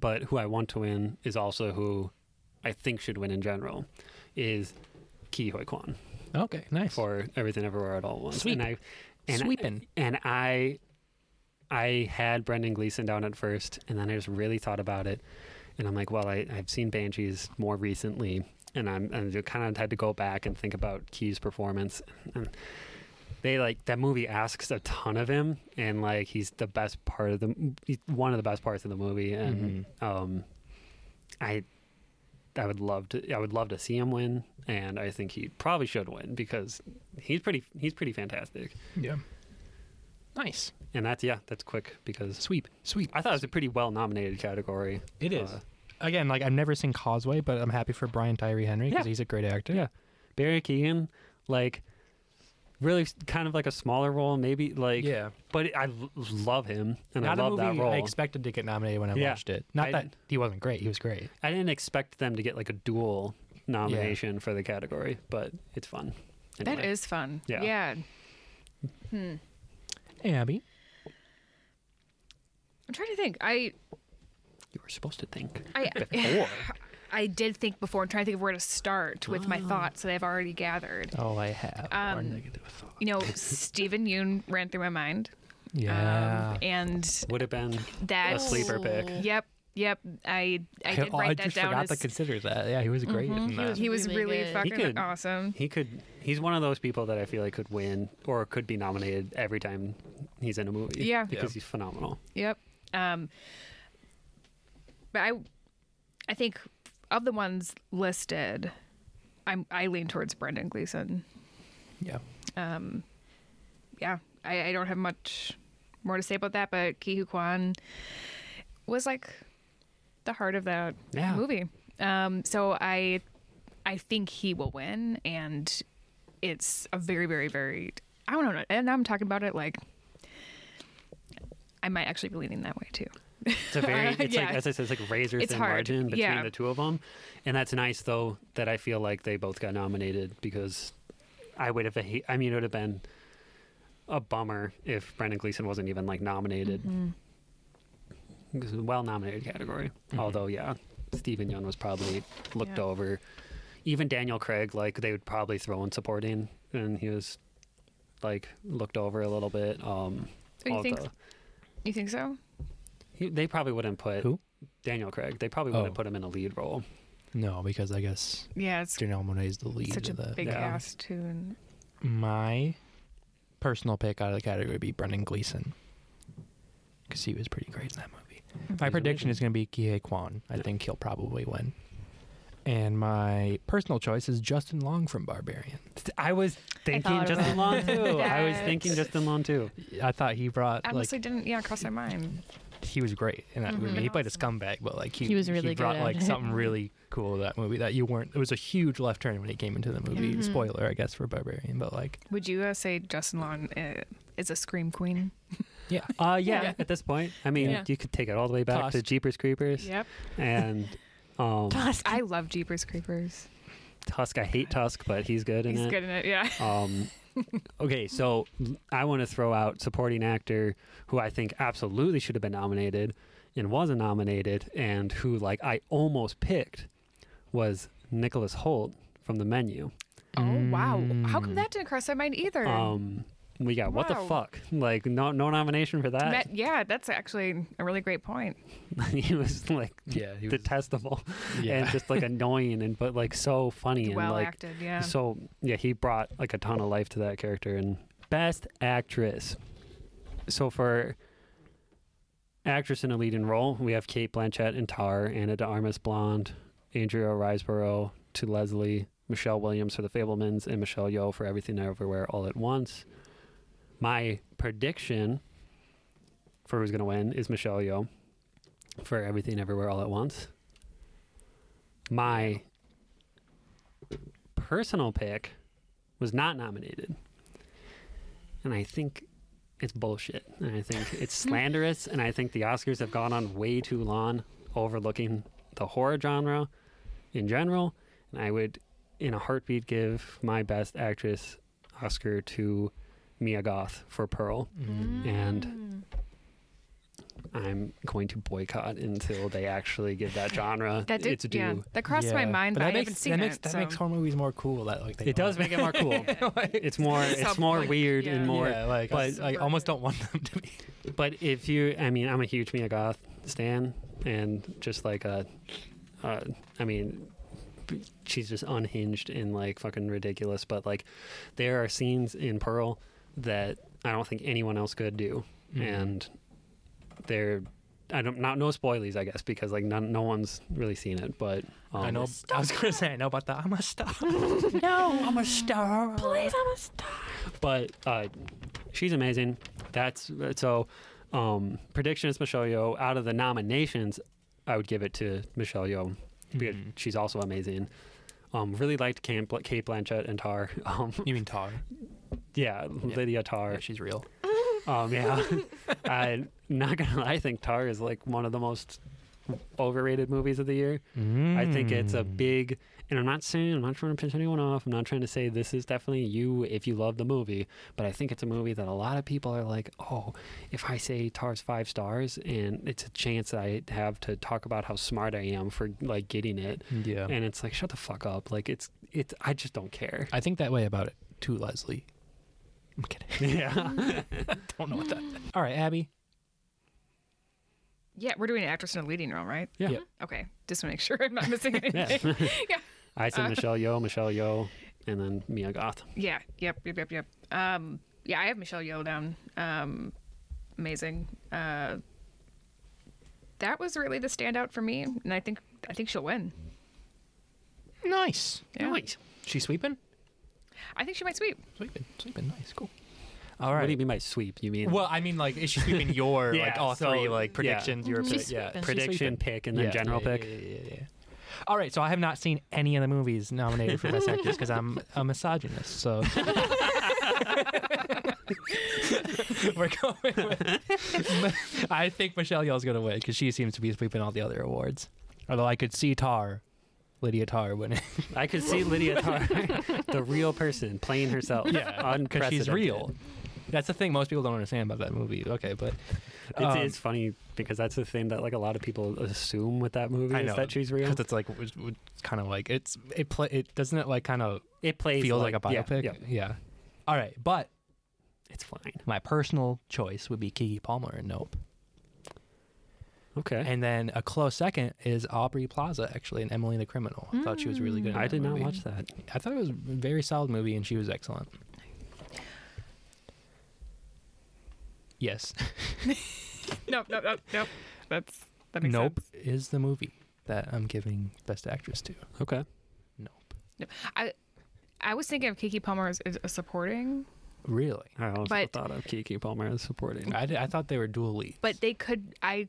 But who I want to win is also who I think should win in general is Kihoi Kwan
Okay. Nice.
for everything everywhere at all at once.
Sweep.
And I and
Sweeping.
and I I had Brendan Gleeson down at first, and then I just really thought about it, and I'm like, well, I, I've seen Banshees more recently, and I'm and I kind of had to go back and think about Key's performance. And they like that movie asks a ton of him, and like he's the best part of the he's one of the best parts of the movie, and um, I. I would love to. I would love to see him win, and I think he probably should win because he's pretty. He's pretty fantastic.
Yeah. Nice.
And that's yeah, that's quick because
Sweep. Sweep.
I thought it was a pretty well nominated category.
It is.
Uh,
Again, like I've never seen Causeway, but I'm happy for Brian Tyree Henry because
Yeah.
he's a great actor.
Yeah. Barry Keegan, like really s- kind of like a smaller role, maybe like
Yeah.
But I l- love him and
Not
I love
a movie
that role.
I expected to get nominated when I
Yeah.
watched it. Not
I-
that he wasn't great; he was great.
I didn't expect them to get like a dual nomination for the category, but it's fun.
[laughs] That
Anyway.
is fun.
Yeah.
yeah.
Abby,
I'm trying to think. I [laughs]
you were supposed to think.
I
Or
I did think before. I'm trying to think of where to start with my thoughts that I've already gathered.
Oh, I have more
Um,
negative thought.
You know, Stephen Yoon ran through my mind. um,
Yeah.
and
Would have been
that
a sleeper pick.
Ooh.
Yep. Yep. I I
[laughs] Oh,
did write that
just
down.
forgot
as, Mm-hmm.
to consider that. Yeah, he was great. in that.
he was
Really
really
good. He
fucking
could-
awesome.
He could. He's one of those people that I feel like could win or could be nominated every time he's in a movie.
Yeah.
because
Yeah.
he's phenomenal.
Yep. Um, but I, I think of the ones listed, I'm I lean towards Brendan Gleeson.
yeah.
Um, yeah, I, I don't have much more to say about that, but Kihu Kwan was like the heart of that
Yeah.
movie. Um, so I, I think he will win, and it's a very, very, very. I don't know, and I'm talking about it like. I might actually be leaning that way too.
[laughs] It's a very. It's
Yeah.
like as I said, it's like razor
It's
thin
hard.
margin between
Yeah.
the two of them, and that's nice though that I feel like they both got nominated because I would have. ha- I mean, it would have been a bummer if Brendan Gleeson wasn't even like nominated.
Mm-hmm.
Because it's a well nominated category. Although, yeah, Stephen Young was probably looked
Yeah.
over. Even Daniel Craig, like they would probably throw in supporting, and he was like looked over a little bit. Um,
Oh, you
all
think-
the-
You think so?
he, they probably wouldn't put
Who?
Daniel Craig. They probably wouldn't
Oh.
put him in a lead role.
No, because I guess
Yeah, it's
Janelle Monae is the lead.
such a
of the,
big
Yeah.
cast too. and-
My personal pick out of the category would be Brendan Gleeson because he was pretty great in that movie. My
He's
prediction
amazing.
is going to be Kihei Kwan. I think he'll probably win. And my personal choice is Justin Long from Barbarian.
I was
thought
thinking
about
Justin Long too. I was
that.
thinking Justin Long too.
I thought he brought
Honestly, didn't yeah cross my mind.
like he was great, and I mean, he played a scumbag, but like he,
He was really
he
good
brought
at
like
it.
something really cool to that movie that you weren't. It was a huge left turn when he came into the movie.
Mhm.
Spoiler, I guess, for Barbarian, but like
Would you uh, say Justin Long uh, is a scream queen?
yeah,
Uh, yeah,
Yeah.
At this point, I mean,
Yeah.
you could take it all the way back to
Tusk.
Jeepers Creepers
Yep.
and um,
I love Jeepers Creepers.
Tusk. I hate Tusk, but he's good in
He's
it.
good in it. Yeah.
Um, okay, so l- I want to throw out supporting actor who I think absolutely should have been nominated and wasn't nominated, and who like I almost picked was Nicholas Holt from The Menu.
Oh wow! How
Mm.
come that didn't cross my mind either?
Um, we got what the
Wow.
fuck? Like no no nomination for that.
That- yeah, that's actually a really great point.
[laughs] he was like
yeah, he
detestable
yeah.
and
[laughs]
just like annoying and but like so funny and
well
like
acted. Yeah.
so yeah he brought like a ton of life to that character and best actress so for actress in a leading role we have kate blanchett in tar anna de armas blonde andrea riseborough to leslie michelle williams for the fablemans and michelle yo for everything everywhere all at once my prediction for who's going to win is michelle yo for everything everywhere all at once my personal pick was not nominated. And I think it's bullshit. And I think
[laughs]
it's slanderous. And I think the Oscars have gone on way too long overlooking the horror genre in general. And I would, in a heartbeat, give my best actress Oscar to Mia Goth for Pearl.
Mm.
And I'm going to boycott until they actually give
[laughs]
that genre
that did.
its due.
yeah, that crossed my
Yeah.
mind, but,
that
I
makes,
haven't seen
that makes,
it.
That
so.
makes horror movies more cool. That like they
It does make it more cool.
[laughs]
it's more it's
Some,
more
like,
weird
yeah.
and more
yeah, like
but-
I, I almost don't want them to be.
but if you I mean I'm a huge Mia Goth stan and just like a uh, I mean she's just unhinged and like fucking ridiculous but like there are scenes in Pearl that I don't think anyone else could do
Mm-hmm.
and they're I don't not no spoilies I guess because like none, no one's really seen it but um,
I know. I was gonna say I know about that. I'm a star.
no,
I'm a star.
please, I'm a star.
but uh, she's amazing. That's so. Um, prediction is Michelle Yeoh. Out of the nominations, I would give it to Michelle Yeoh. because
Mhm.
She's also amazing. Um, really liked Kate Bl- Kate Blanchett and Tar. [laughs] Um,
[laughs] You mean Tar?
yeah, Lydia
Yeah,
Tar.
she's real.
Um, [laughs] yeah, I'm not gonna lie. I think Tar
Mm. Hmm.
is like one of the most overrated movies of the year. I think it's a big And I'm not saying I'm not trying to piss anyone off. I'm not trying to say this is definitely you if you love the movie. But I think it's a movie that a lot of people are like, oh, if I say Tar's five stars, and it's a chance that I have to talk about how smart I am for like getting it.
Yeah.
And it's like, shut the fuck up. Like it's it's I just
[laughs]
don't care. [laughs]
I think that way about it too, Leslie. I'm kidding. [laughs]
yeah.
Don't know what that. [laughs] All right, Abby.
Yeah, we're doing an actress in a leading role, right?
Yeah.
Yeah.
Okay, just to make sure I'm not missing anything. [laughs]
Yeah. I said Michelle Yo, Michelle Yo, and then Mia Goth.
Yeah. Yep. Yep. Yep. Yep. Um, yeah, I have Michelle Yeoh down. Um, amazing. Uh, that was really the standout for me, and I think I think she'll win.
Nice.
Yeah.
Nice.
She sweeping?
I think she might sweep.
Sweeping. Sweeping. Nice. Cool. All
What do you
right.
mean by sweep? You mean
Well, I mean, like, is she sweeping [laughs] your like
Yeah,
all
so-
three like
yeah.
predictions? Your
She's
yeah,
sweeping.
prediction pick and then
Yeah,
general
yeah,
pick?
yeah, yeah, yeah, yeah. All right, so I have not seen any of the movies nominated for Best Actress because I'm a misogynist. So [laughs] we're going with. I think Michelle Yeoh's going to win because she seems to be sweeping all the other awards. Although I could see Tar, Lydia Tar winning.
I could see
[laughs]
Lydia Tarr, the real person, playing herself.
because
unprecedented.
she's real. That's the thing most people don't understand about that movie. Okay, but
It's,
Um,
it's funny because that's the thing that like a lot of people assume with that movie
I
is
know
that she's real.
because it's like it's, it's kind of like it's it play it doesn't it like kind of
It plays
feels like, a
yeah,
biopic.
Yeah,
yeah. All right, but
it's fine.
my personal choice would be Kiki Palmer in Nope.
Okay,
And then a close second is Aubrey Plaza, actually, in Emily the Criminal. I thought she was really good. in
Mm. I
that
did not
movie.
watch that.
I thought it was a very solid movie, and she was excellent. Yes.
No. No. No. No. That's that
[laughs]
makes
Nope
sense.
is the movie that I'm giving Best Actress to.
Okay,
Nope.
I I was thinking of Kiki Palmer as, as a supporting,
Really?
I also
But-
thought of Kiki Palmer as supporting.
I, did- I thought they were dual leads.
but they could. I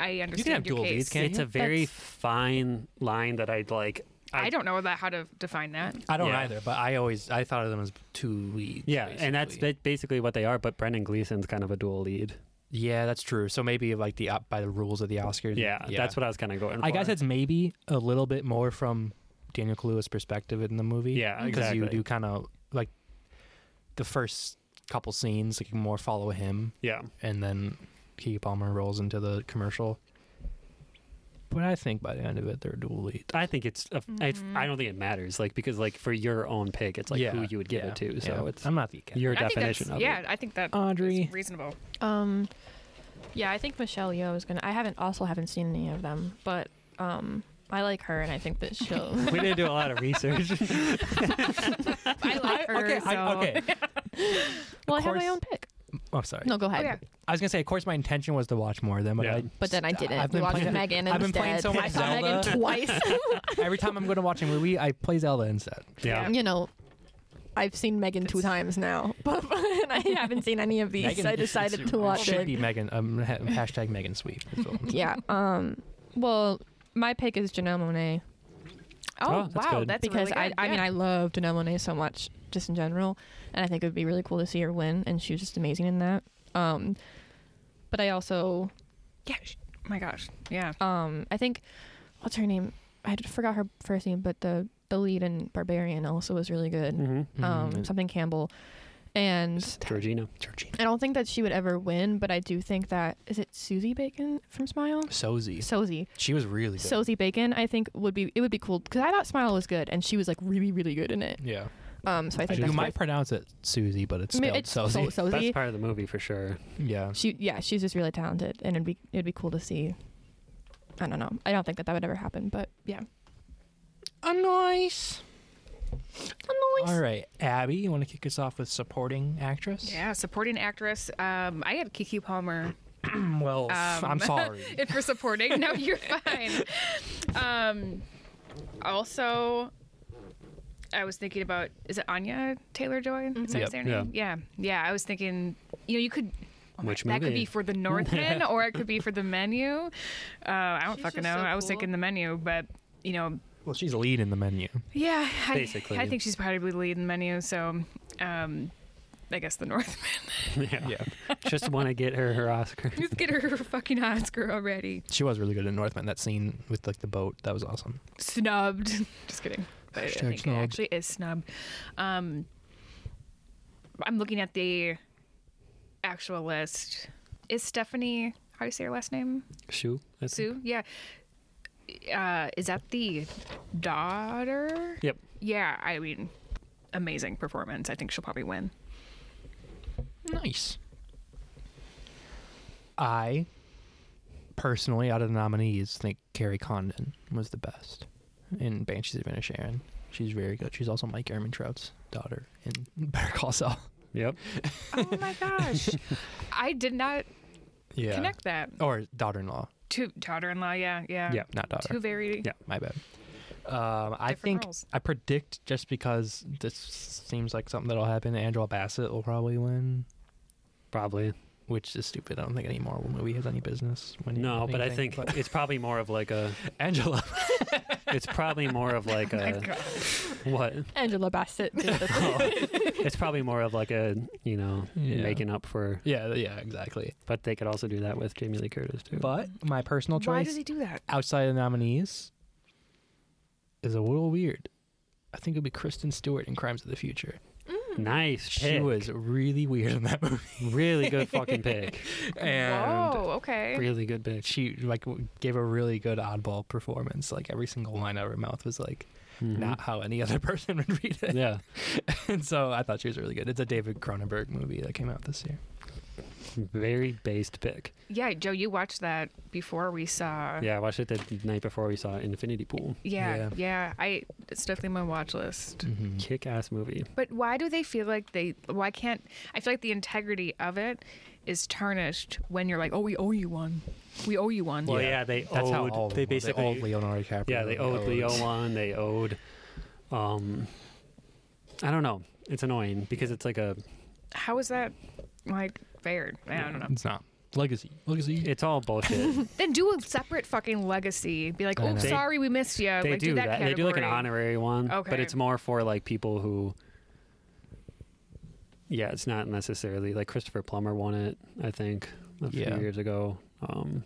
I understand
have
your
dual
case.
leads, can't
it's
you?
a very fine line that I'd like.
I don't know that how to define that.
I don't
Yeah.
either, but I always I thought of them as two leads.
Yeah, and that's
basically.
ba- basically what they are. But Brendan Gleeson's kind of a dual lead.
yeah, that's true. So maybe like the op- by the rules of the Oscars.
Yeah, that's what I was kind of going. For.
I guess it's maybe a little bit more from Daniel Kaluuya's perspective in the movie.
Yeah, exactly.
you do kind of like the first couple scenes, like you more follow him,
yeah.
and then Kiki Palmer rolls into the commercial. But I think by the end of it, they're dual lead.
I think it's, a, it's.
Mm-hmm.
I don't think it matters, like because like for your own pick, it's like
Yeah,
who you would give
yeah,
it to.
yeah.
So it's
I'm not the
your
I think
definition
that's,
of
yeah,
it.
I think that is
Audrey.
reasonable.
Um, yeah, I think Michelle Yeoh is gonna. I haven't also haven't seen any of them, but um, I like her, and I think that
[laughs]
she'll.
[laughs]
we didn't do a lot of research.
I like her.
Okay, I,
so-
okay.
well, I have my
course.
own pick.
I'm sorry.
No, go
Oh,
ahead.
yeah.
I was gonna say, of course, my intention was to watch more of them, but
Yeah.
I
But then I
st-
didn't.
I've
We
been
watched
playing-
Megan
I've been
instead.
playing so much
I saw
Zelda.
Megan twice.
[laughs] Every time I'm going to watch a movie, I play Zelda instead.
[laughs] yeah.
you know, I've seen Megan two times now, [laughs] but and I haven't seen any of these.
Megan
I decided to watch
Should
it.
be Megan. Um, [laughs] ha- hashtag Megan Sweep. is
[laughs]
what I'm saying.
Yeah. Um. Well, my pick is Janelle Monet
Oh,
Oh, that's
wow,
good.
that's
because
really
I,
good,
I mean,
yeah.
I love Janelle Monet so much, just in general, and I think it would be really cool to see her win, and she was just amazing in that. Um. But I also
yeah, sh- my gosh, yeah.
um I think what's her name? I d- forgot her first name, but the the lead in Barbarian also was really good.
hmm
Um,
Mhm.
something Campbell, and
Georgina.
Georgina.
I don't think that she would ever win, but I do think that is it Susie Bacon from Smile.
Sozy.
Sosie,
She was really good.
Sosie Bacon, I think would be it would be cool because I thought Smile was good and she was like really really good in it.
Yeah.
Um, so I think
You
that's
might pronounce it Susie, but it's
I mean,
spelled
it's so-
Sozy.
Sosie.
Best part of the movie for sure.
yeah.
She yeah, she's just really talented, and it'd be it'd be cool to see. I don't know. I don't think that that would ever happen, but yeah.
A nice.
Annoys.
All right, Abby, you want to kick us off with supporting actress?
Yeah, supporting actress. Um, I had Kiki Palmer.
Mm, Well,
Um, [laughs]
I'm sorry.
if we're supporting, no, you're fine. Um, also, I was thinking about is it Anya Taylor Joy? Is that
Yep.
her name? Yeah. yeah, I was thinking, you know, you could. oh my-
Which
that could
movie?
be for the Northman, or it could be for the menu. Uh, I don't
She's
fucking know.
just so
I was
cool.
thinking the menu, but you know,
well, she's lead in the menu.
Yeah, I,
Basically.
I think she's probably leading the menu. So, um, I guess the Northman.
[laughs] yeah.
Yeah.
Just want to get her her
[laughs]
Oscar.
Just get her her fucking Oscar already.
She was really good in Northman. That scene with like the boat, that was awesome.
Snubbed. [laughs] Just kidding. But I
Hashtag
think
snubbed.
it actually is snubbed. Um, I'm looking at the actual list. Is Stephanie? How do you say her last name?
Shoe. I think.
Sue. Yeah. Uh, is that the daughter?
Yep.
Yeah. I mean, amazing performance. I think she'll probably win.
Nice. I personally, out of the nominees, think Carrie Condon was the best in Banshees of Inisherin. She's very good. She's also Mike Ehrmantraut's daughter in [laughs] Better Call Saul.
Yep.
Oh my gosh. I did not
Yeah.
connect that.
Or daughter-in-law,
Two daughter-in-law. Yeah. Yeah.
Yeah.
not daughter.
Two very.
Yeah.
My bad. Um, I
Different
think
roles.
I predict just because this seems like something that'll happen. Angela Bassett will probably win,
Probably.
which is stupid. I don't think any Marvel movie has any business winning.
No, but I
anything,
think it's probably more of like a.
Angela. [laughs]
It's probably more of
[laughs]
like
Oh My
a.
God. [laughs]
What? Oh.
Angela Bassett.
[laughs]
It's probably more of like a you know
Yeah.
making up for.
yeah, yeah, exactly.
But they could also do that with Jamie Lee Curtis too.
But my personal
Why
choice
does he do that?
outside of the nominees is a little weird. I think it'd be Kristen Stewart in Crimes of the Future.
Hmm.
nice.
She
pick.
was really weird in that
[laughs]
movie,
really good fucking pick.
and
Whoa. Okay.
Really good pick.
she like w- gave a really good oddball performance. Like every single line out of her mouth was like
Mhm.
not how any other [laughs] person would read it.
Yeah.
And so I thought she was really good. It's a David Cronenberg movie that came out this year.
Very based pick.
Yeah, Joe, you watched that before we saw.
Yeah, I watched it the night before we saw Infinity Pool.
Yeah,
Yeah.
yeah. I it's definitely my watch list.
Kick ass movie.
But why do they feel like they? Why can't I feel like the integrity of it is tarnished when you're like, oh, we owe you one, we owe you one.
Well, yeah, they
That's how
owed-
all of
they
them were.
basically-
owed Leonardo DiCaprio.
Yeah, they owed Leo one. They owed. Um, I don't know. It's annoying because it's like a.
How is that like fair? I don't know.
It's not legacy. Legacy.
It's all bullshit.
Then do a separate fucking legacy. Be like,
I
oh,
know. They-
sorry, we missed you.
they
like,
do that. They do like an
category.
honorary one, but
Okay.
it's more for like people who. Yeah, it's not necessarily like Christopher Plummer won it. I think a few
Yeah.
years ago. Um,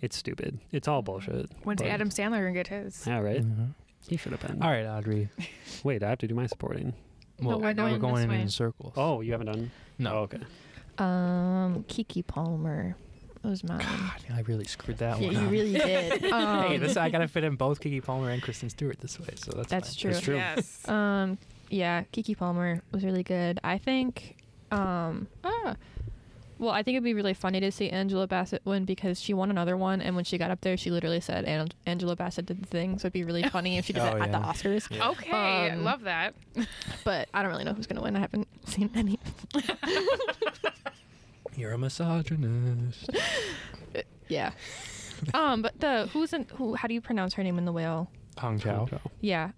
it's stupid. It's all bullshit.
When's
but-
Adam Sandler gonna get his?
Yeah, right.
Mhm.
He should have been.
All right, Audrey.
Wait, I have to do my supporting.
Well,
we're
now we're
going
going
this
in,
way.
circles.
Oh, you haven't done.
no!
Oh, okay.
um, Kiki Palmer was mine.
God, I really screwed that
Yeah,
one.
you
up.
really did. Um, [laughs]
[laughs] hey, this I gotta fit in both Kiki Palmer and Kristen Stewart this way, so that's
that's
fine.
true.
It's true.
Yes.
[laughs]
Um, yeah, Kiki Palmer was really good. I think, um, ah, well, I think it'd be really funny to see Angela Bassett win because she won another one, and when she got up there, she literally said An- Angela Bassett did the thing, so it'd be really funny if she did
Oh,
that at the
yeah.
Oscars.
Yeah.
Okay, I
Um,
love that.
But I don't really know who's gonna win. I haven't [laughs] seen any.
You're a [laughs] misogynist.
Yeah. [laughs] um, but the who's in who? How do you pronounce her name in the whale?
Hong Chao.
Yeah.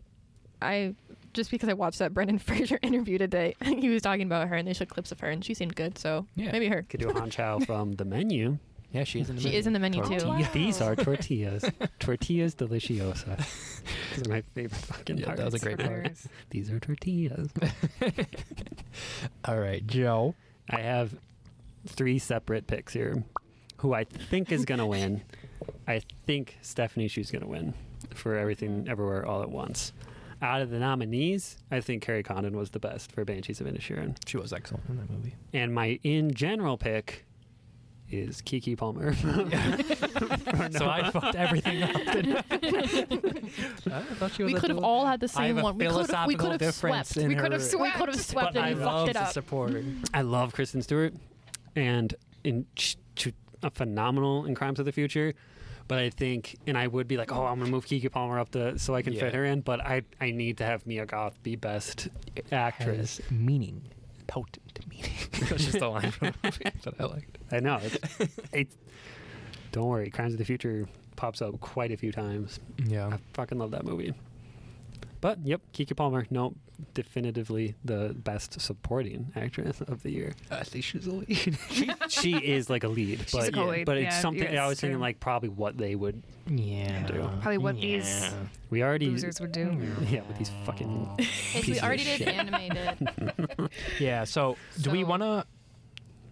I just because I watched that Brendan [laughs] Fraser interview today, [laughs] he was talking about her and they showed clips of her and she seemed good, so
Yeah.
maybe her.
Could do a Han Chow from the menu.
Yeah, she is in
[laughs]
the
She
movie.
is in the menu too.
Tortilla. Wow.
These are tortillas. tortillas deliciosa. These are my favorite fucking
Yeah, that was a
parts. [laughs]
great part.
Hilarious.
These are tortillas.
All right, Joe.
I have three separate picks here. Who I think is gonna win. I think Stephanie Shu's gonna win for everything everywhere all at once. Out of the nominees, I think Carrie Condon was the best for Banshees of Inisherin.
She was excellent in that
[laughs]
movie.
And my in general pick is Kiki Palmer. [laughs]
So I fucked everything
[laughs]
up. [laughs] didn't I? I thought she was
We
a
could have
little-
all had the
I
same
have a
one. We could have we
philosophical
could have
difference
swept.
in
We could
her-
have swept. We could have swept
But I
and you
love
fucked it
the
up. [laughs]
supporter.
I love Kristen Stewart, and in sh- sh- a phenomenal in Crimes of the Future. But I think, and I would be like, oh, I'm gonna move Kiki Palmer up to so I can
Yeah.
fit her in. But I I need to have Mia Goth be best
[laughs]
actress.
Has meaning. Potent meaning. [laughs] That's just a line from the [laughs] movie that I liked.
I know. It's, it's, don't worry, Crimes of the Future pops up quite a few times.
Yeah.
I fucking love that movie. But yep, Kiki Palmer, no, definitively the best supporting actress of the year.
I think she's
[laughs]
a lead. [laughs]
she is like a lead,
She's
but
a co-lead,
but it's
yeah,
something I
it's
was thinking
true.
like probably what they would.
yeah.
Probably what these
Yeah.
We already
losers would do.
yeah with these
[laughs]
fucking
If
pieces
we
of
already did
[laughs]
shit.
animated.
Yeah. So, do we
So-
want to?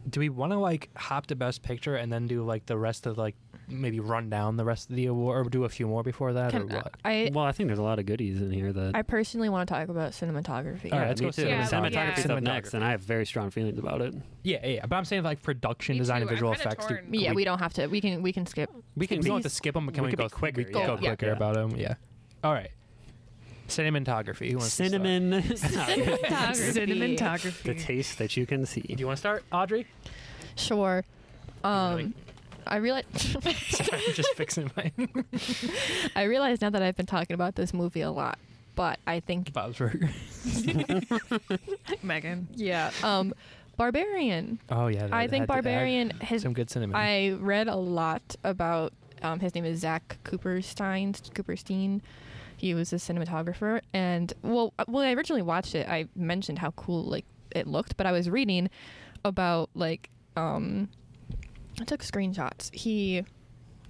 Do we want to like hop to best picture and then do like the rest of like maybe run down the rest of the award or do a few more before that or
Can,
what?
I
Well, I think there's a lot of goodies in here that.
I personally want to talk about cinematography.
All right,
yeah,
let's
me
go
too.
cinematography.
Cinematography's
Yeah.
up next, and I have very strong feelings about it.
Yeah, yeah, yeah. But I'm saying like production,
Me
design,
too,
and
I'm
visual
kinda
effects.
torn.
do-
Yeah, we don't have to. We can we can skip.
We can. We
Please.
don't have to skip them. But can
We
we,
could
go
be quicker,
We
yeah.
Go
Yeah.
quicker
Yeah.
about them. Yeah. All right. Cinematography. Who wants to start?
Cinnamon, [laughs]
[laughs]
the
Cinematography.
taste that you can see.
Do you want to start, Audrey?
Sure. Um, I realize
Sorry, I'm [laughs] just fixing my
[laughs]
[laughs]
I realize now that I've been talking about this movie a lot, but I think
Bob's Burger.
Megan.
yeah. Um, Barbarian.
Oh yeah.
I think
that had to add
Barbarian has
Some good cinnamon.
I read a lot about. Um, his name is Zach Cooperstein. Cooperstein. He was a cinematographer, and well, uh, when I originally watched it, I mentioned how cool like it looked, but I was reading about like um, I took screenshots. He,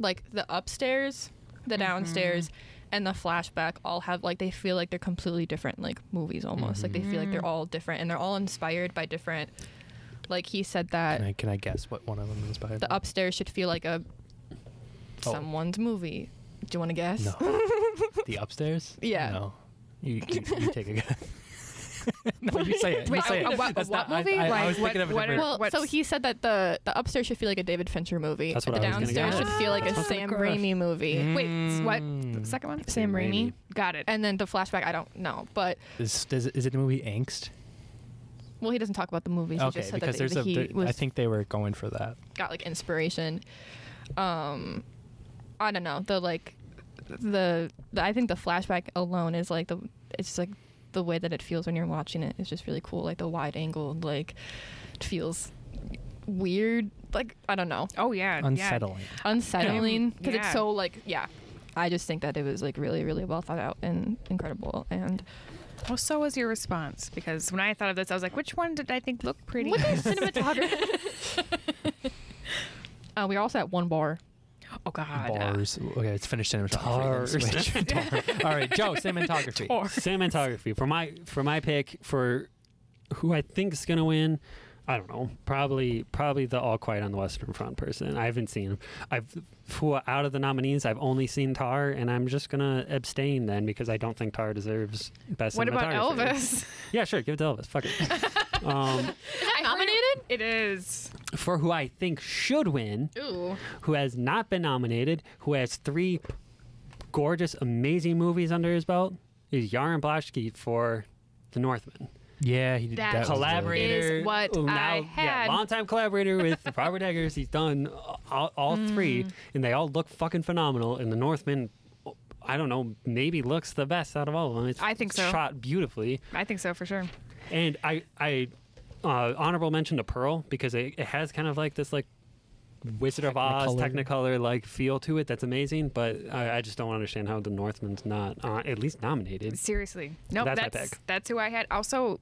like the upstairs, the downstairs, and the flashback all have like they feel like they're completely different like movies almost. Like they feel like they're all different, and they're all inspired by different. Like he said that
Can I, can I guess what one of them is by?
the upstairs should feel like a
Oh.
someone's movie. Do you want to guess?
[laughs]
No. the upstairs?
Yeah.
No. You, you, you take a guess. [laughs] no, you say it. You
Wait,
say
a-
it.
a what- a
That's
what
not- I-
movie?
I, I,
Like,
was
what-
thinking of a
what are-
different.
Well,
What's-
so he said that the the upstairs should feel like a David Fincher movie.
That's what
the
I was gonna
downstairs
guess.
should feel like
That's
a
what
Sam
Gross.
Raimi movie.
Wait, s- what?
Mm.
The second one?
Sam Raimi.
Got it.
And then the flashback, I don't know, but
is, does, it- is it the movie Angst?
well, he doesn't talk about the movies. he
Okay,
just said
because
that
there's
he,
a.
he
there-
was
I think they were going for
Uh,
that.
got like inspiration. Um, I don't know the like the, the I think the flashback alone is like the it's just like the way that it feels when you're watching it is just really cool. Like the wide angle, like it feels weird. Like I don't know,
oh yeah.
Unsettling.
unsettling because
Yeah.
it's so like yeah. I just think that it was like really really well thought out and incredible and
Yeah. Well, so was your response because when I thought of this, I was like, which one did I think looked pretty?
look
[laughs]
at cinematography. uh, we are also at one bar.
Oh God.
Bars. Okay, it's finished cinematography.
Tars.
Let's switch.
[laughs]
Tar. All right, Joe, cinematography.
cinematography for my for my pick for who I think is gonna win. I don't know. Probably probably the All Quiet on the Western Front person. I haven't seen him. I've for out of the nominees, I've only seen Tar, and I'm just gonna abstain then because I don't think Tar deserves best.
What about
cinematography.
Elvis?
Yeah, sure, give it to Elvis. Fuck it. um,
[laughs] I nominated? It is.
for who I think should win,
Ooh.
who has not been nominated, who has three gorgeous, amazing movies under his belt, is Yaron Blaschke for The Northman.
Yeah, he did
That
that. was really-
collaborator.
is what
who
I had.
Yeah, longtime collaborator
[laughs]
with Robert Eggers. He's done all, all
Mm.
three, and they all look fucking phenomenal. And The Northman, I don't know, maybe looks the best out of all of them. It's
I think so.
Shot beautifully.
I think so for sure.
And I, I uh, honorable mention to Pearl because it, it has kind of like this like Wizard of Oz
Technicolor.
Technicolor like feel to it. That's amazing, but I, I just don't understand how the Northman's not uh, at least nominated.
Seriously. Nope.
That's
That's
my
that's,
pick.
who I had. Also,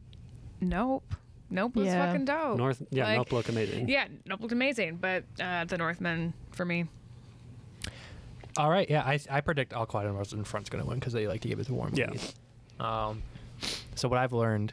nope. Nope was
Yeah.
fucking dope.
North, yeah,
Like,
Nope look amazing.
Yeah, Nope looked amazing, but uh, the Northman for me.
All right, yeah, I, I predict All Quiet on the Western Front's going to win because they like to give it to war
Yeah.
movies. Um, so what I've learned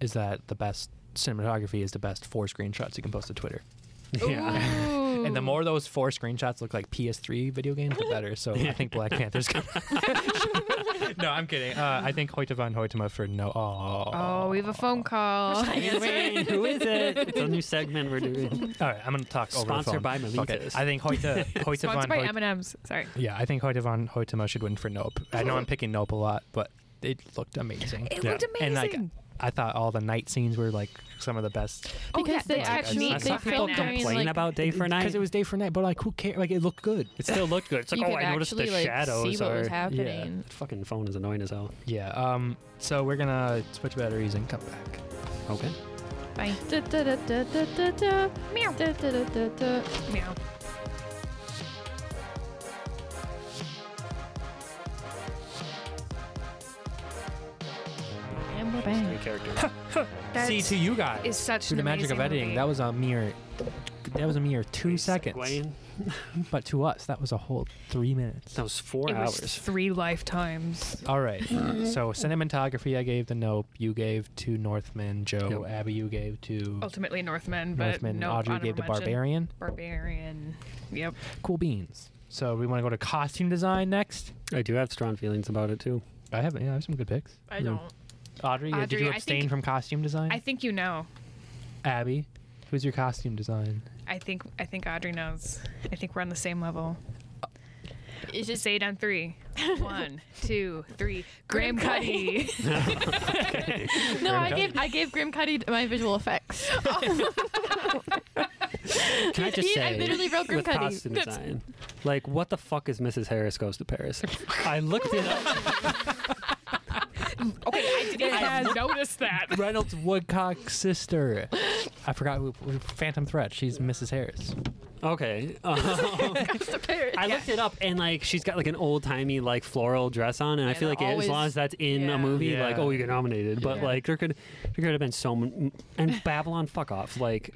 is that the best cinematography is the best four screenshots you can post to Twitter.
[laughs] yeah. [laughs]
And the more those four screenshots look like PS3 video games, the better. So I think [laughs] Black Panther's going to [laughs] No, I'm kidding. Uh, I think Hoyte van Hoytema for no. Oh.
Oh, we have a phone call.
Wait, who is it? It's a new segment we're [laughs] doing.
All right, I'm going to talk over the phone.
Sponsored by
Fuck it.
Miletus.
I think Hoyte, Hoyte van
Sponsored by
Hoyt-
M&M's. Sorry.
Yeah, I think Hoyte van Hoytema should win for Nope. I know I'm picking Nope a lot, but it looked amazing.
It
Yeah.
looked
And
amazing.
like, I thought all the night scenes were like some of the best.
Oh, yeah,
Because they
the technique
actually
I saw
they
behind
people
filmed
that.
during
complain
like,
about day for night.
because it was day for night, but like, who cares? Like, it looked good.
It still looked good. It's like,
you
oh,
could
I noticed the
actually like
shadows
see what was
are.
happening.
That fucking phone is annoying as hell.
Yeah. Um. So we're gonna switch batteries and come back.
Okay.
Bye.
Da, da, da, da, da, da, da.
Meow.
Da, da, da, da, da.
Meow.
those
Bang.
three characters.
See to you guys.
is such
through
an
the magic of
amazing
editing,
movie.
that was a mere that was a mere two seconds.
Segueing.
But to us, that was a whole three minutes.
That was four
It was
hours.
three lifetimes.
All
[laughs]
right. so cinematography, I gave the Nope. You gave to Northman. Joe,
Yep.
Abby, you gave to
Ultimately, Northmen, but
Northman.
no
Audrey
honorable
gave to
mention.
Barbarian.
Barbarian. Yep.
Cool beans. So we want to go to costume design next.
I do have strong feelings about
[laughs]
it too. [laughs]
I have yeah, I have some good picks.
I
Yeah.
don't.
Audrey, did
Audrey,
you
I
abstain
think-
from costume design?
I think you know.
Abby, who's your costume design?
I think I think Audrey knows. I think we're on the same level. It's just eight on [laughs] three. One, two, three. Graham Cuddy. [laughs]
No, I gave I gave Grim Cuddy my visual
[laughs]
effects.
Oh, Can I just
He-
say?
I literally wrote Grim
with
Cuddy.
costume design, like what the fuck is Mrs. Harris goes
[laughs]
to Paris? [laughs] I looked it up.
okay, I didn't [laughs] even notice that.
Reynolds Woodcock's sister. I forgot. who- who- Phantom Threat. She's Mrs. Harris.
Okay. Um,
[laughs]
I looked it up and like she's got like an old timey like floral dress on, and I
Yeah,
feel
they're
like as long
always-
as that's in
Yeah.
a movie, like
Yeah.
oh you get nominated. But
Yeah.
like there could there could have been so many. And
[laughs]
Babylon, fuck off. Like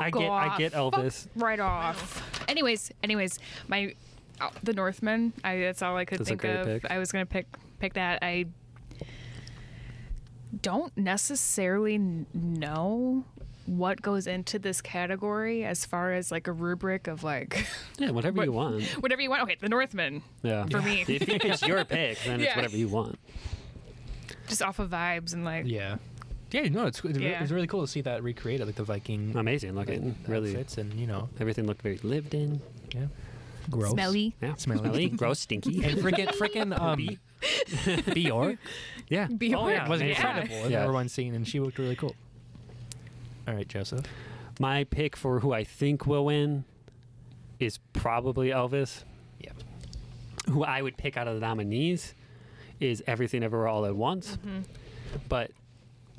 I get I get Elvis.
right off. Anyways, anyways, my uh, the Northmen. I that's all I could
That's a
think
great
of.
pick.
I was gonna pick pick that. I don't necessarily n- know what goes into this category as far as like a rubric of like [laughs]
Yeah, whatever you want.
whatever you want. Okay, the Northmen
Yeah.
for me,
If it's
[laughs]
your pick, then it's
Yeah.
whatever you want.
just off of vibes and like
Yeah. Yeah. No, it's it's
Yeah.
really cool to see that recreated, like the Viking
Amazing looking. Really,
outfits, and you know,
everything looked very lived in.
yeah, gross,
smelly.
Yeah,
Smelly.
gross, stinky.
and freaking [laughs] freaking um, Bjork
[laughs] yeah.
Bjork.
yeah,
was
yeah.
Oh, incredible in
Yeah.
that one scene, and she looked really cool. All right, Joseph.
My pick for who I think will win is probably Elvis.
Yep.
Who I would pick out of the nominees is Everything Everywhere All at Once.
Mm-hmm.
But,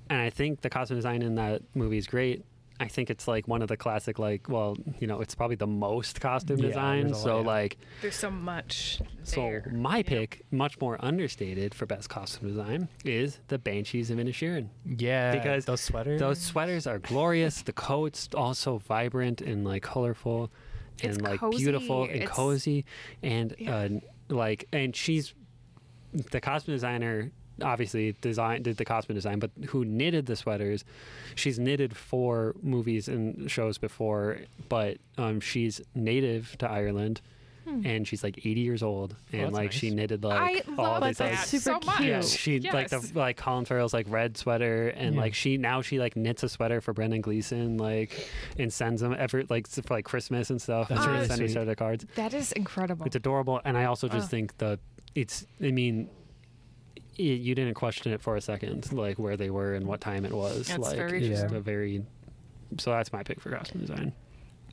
and I think the costume design in that movie is great. I think it's like one of the classic, like, well, you know, it's probably the most costume
Yeah,
design.
there's a lot,
So,
yeah.
like,
There's so much.
so
there.
my
Yep.
pick, much more understated for best costume design, is the Banshees of Inisherin.
Yeah,
Because
those sweaters.
Those sweaters are glorious. The coats also vibrant and like colorful, and
It's
like beautiful
cozy.
and
It's-
cozy, and
Yeah.
uh, like and she's the costume designer. Obviously, design did the costume design, but who knitted the sweaters? She's knitted for movies and shows before, but um, she's native to Ireland, and she's like 80 years old, and
that's
like she
nice.
knitted like
Hmm. I
all
love
these like
that
That's super
so much.
cute.
yeah, she like the
Yes.
like Colin Farrell's like red sweater, and
Yeah.
like she now she like knits a sweater for Brendan Gleeson, like and sends them every like s- for like Christmas and stuff.
That's
and
really
send each
sweet.
other cards.
That is incredible.
It's adorable, and I also just
Oh.
think the it's. I mean, i you didn't question it for a second, like where they were and what time it was.
That's
like
very
it's
true.
just
Yeah.
a very. So that's my pick for costume design.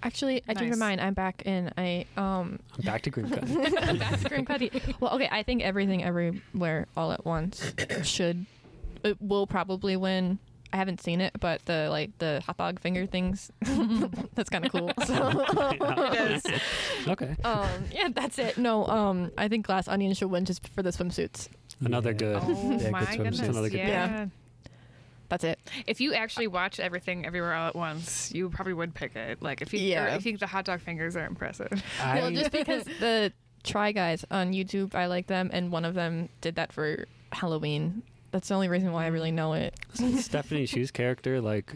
Actually, I do
Nice.
remind I'm back in a um [laughs]
I'm back to green cut.
[laughs]
back to Grim
[laughs]
Cuddy. Well, okay, I think everything everywhere all at once should it will probably win. I haven't seen it, but the like the hot dog finger things
Mm-hmm.
[laughs] that's kind of
[laughs]
cool. So
okay,
um yeah, that's it. No, um I think glass onion should win just for the swimsuits.
another
Yeah.
good.
oh
Yeah, good
my
swimsuit.
goodness.
Another good pick.
yeah.
That's it.
If you actually watch everything everywhere all at once, you probably would pick it. Like if you,
Yeah.
or I think the hot dog fingers are impressive.
I,
well, just [laughs] because the Try Guys on YouTube, I like them, and one of them did that for Halloween. That's the only reason why I really know it.
Stephanie Shu's character like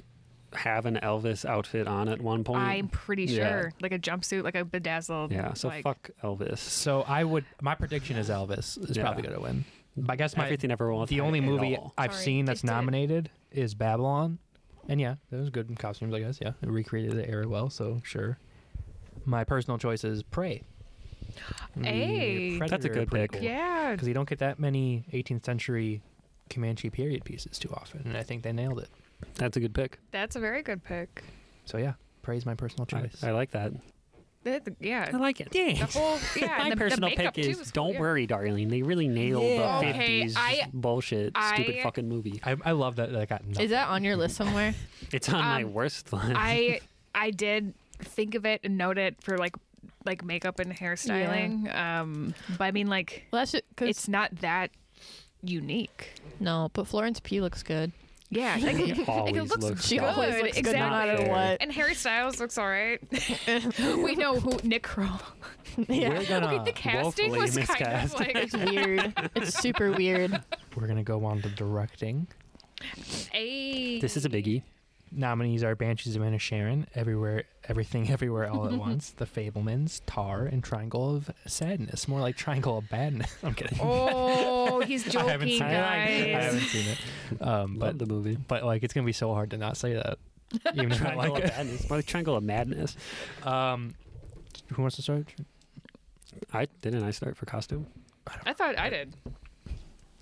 have an Elvis outfit on at one point.
I'm pretty sure,
Yeah.
like a jumpsuit, like a bedazzled.
Yeah, so
like,
fuck Elvis.
so I would. My prediction is Elvis is
Yeah.
probably going to win. I guess my
Everything ever wants.
the only movie I've
Sorry,
seen that's
just did it.
nominated is Babylon, and yeah, that was good in costumes, I guess. Yeah, it recreated the era well, so sure. My personal choice is Prey.
Hey.
That's a good pick.
Yeah.
because you don't get that many 18th century Comanche period pieces too often, and I think they nailed it.
That's a good pick.
That's a very good pick.
So yeah, Prey's my personal
I,
choice.
I like that.
That- yeah.
like it. [laughs]
The whole yeah.
My
and the,
personal
the
pick
makeup too
is
cool,
"Don't
yeah.
Worry, Darling." They really nailed
Yeah.
the
Okay,
fifties
I-
bullshit, stupid
I-
fucking movie.
I, I love that that got nothing.
Is that on your list [laughs] somewhere?
It's on my
Um,
worst list. [laughs]
I I did think of it and note it for like like makeup and hairstyling. Um, but I mean like
Well, that's because
it's not that unique.
No, but Florence P looks [laughs] good.
Yeah, like,
He
[laughs] it, like, it
always
looks
looks
She
good.
always looks
exactly.
good no matter
Not
what. [laughs]
And Harry Styles looks all right. we know who Nick Kroll.
We're gonna
the casting
woefully
was kind of
miscast.
like
[laughs] It's weird. It's super weird.
we're gonna go on to directing.
a.
This [laughs] is a biggie.
Nominees are Banshees of Sharon, Everywhere, Everything, [laughs] Everywhere, All
[laughs]
at Once, The Fablemans, Tar, and Triangle of Sadness. More like Triangle of Badness. [laughs] I'm kidding.
Oh, he's joking,
I haven't seen
guys.
it. I haven't seen it. Um,
Love
but
the movie.
but like it's gonna be so hard to not say that. Even if I
Triangle
like
of Madness. More like Triangle of Madness.
it. Um, who wants to start?
I didn't I start for costume?
I thought I did.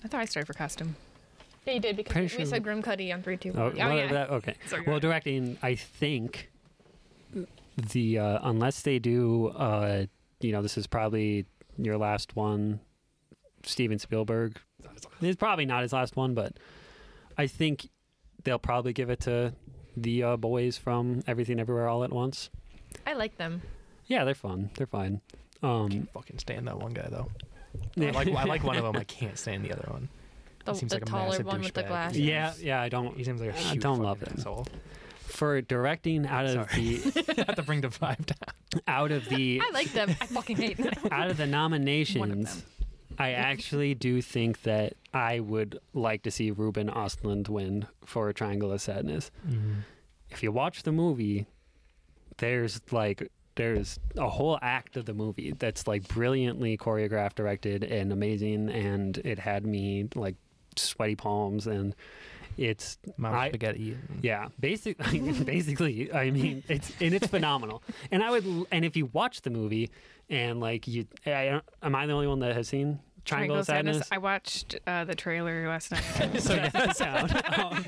I thought I started for costume.
They did because
Pretty we sure- said
Grim Cuddy on three two
Oh, well,
yeah.
that- okay.
Sorry, go
well,
ahead.
directing, I think the uh, unless they do, uh, you know, this is probably your last one, Steven Spielberg. It's probably not his last one, but I think they'll probably give it to the uh, boys from Everything Everywhere All at Once.
I like them.
Yeah, they're fun. They're fine.
I
Um,
fucking stand that one guy though. I
[laughs]
like I like one of them. I can't stand the other one.
The,
He seems
the
like a
taller
massive
one with the
douchebag.
glasses.
yeah, yeah. I don't.
He seems like a
I
huge
don't love
fucking
him.
asshole. [laughs]
For directing out of the
Not to bring the vibe down.
out
[laughs]
of the
I like them. I fucking hate
[laughs]
them.
out of the nominations, I actually do think that I would like to see Ruben Ostlund win for Triangle of Sadness.
Mm-hmm.
If you watch the movie, there's like there's a whole act of the movie that's like brilliantly choreographed, directed, and amazing, and it had me like sweaty palms, and it's
Mom
I-
spaghetti.
yeah, basically, [laughs] basically, I mean, it's and it's phenomenal. And I would, l- and if you watch the movie, and like you, I, I don't, am I the only one that has seen Triangle, of Sadness?
I watched uh, the trailer last night.
[laughs] so that does sound. Um,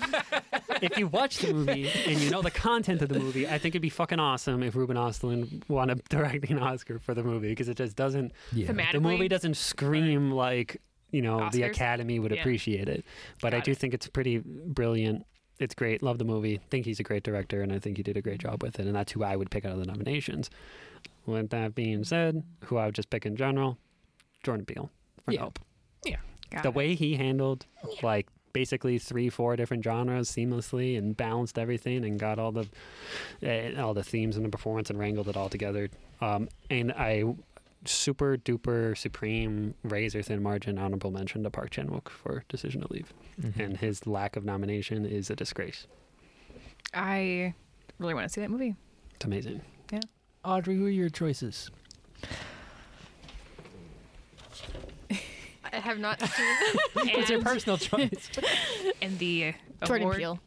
if you watch the movie and you know the content of the movie, I think it'd be fucking awesome if Ruben Ostlund won a directing Oscar for the movie because it just doesn't.
Thematically.
The movie doesn't scream like you know the
Oscars?
Academy would
Yeah.
appreciate it, but I
Got
do
it.
think it's pretty brilliant. It's great. Love the movie. Think he's a great director, and I think he did a great job with it. And that's who I would pick out of the nominations. With that being said, who I would just pick in general, Jordan Peele for
Yeah.
Nope
Got
the
it.
way he handled like basically three four different genres seamlessly and balanced everything and got all the uh, all the themes and the performance and wrangled it all together um, and i super duper supreme razor thin margin honorable mention to park chan-wook for decision to leave
Mm-hmm.
and his lack of nomination is a disgrace
I really want to see that movie.
it's amazing
Audrey, who are your choices?
I have not seen
And,
It's your personal [laughs] choice.
and the
Jordan
award-
Peele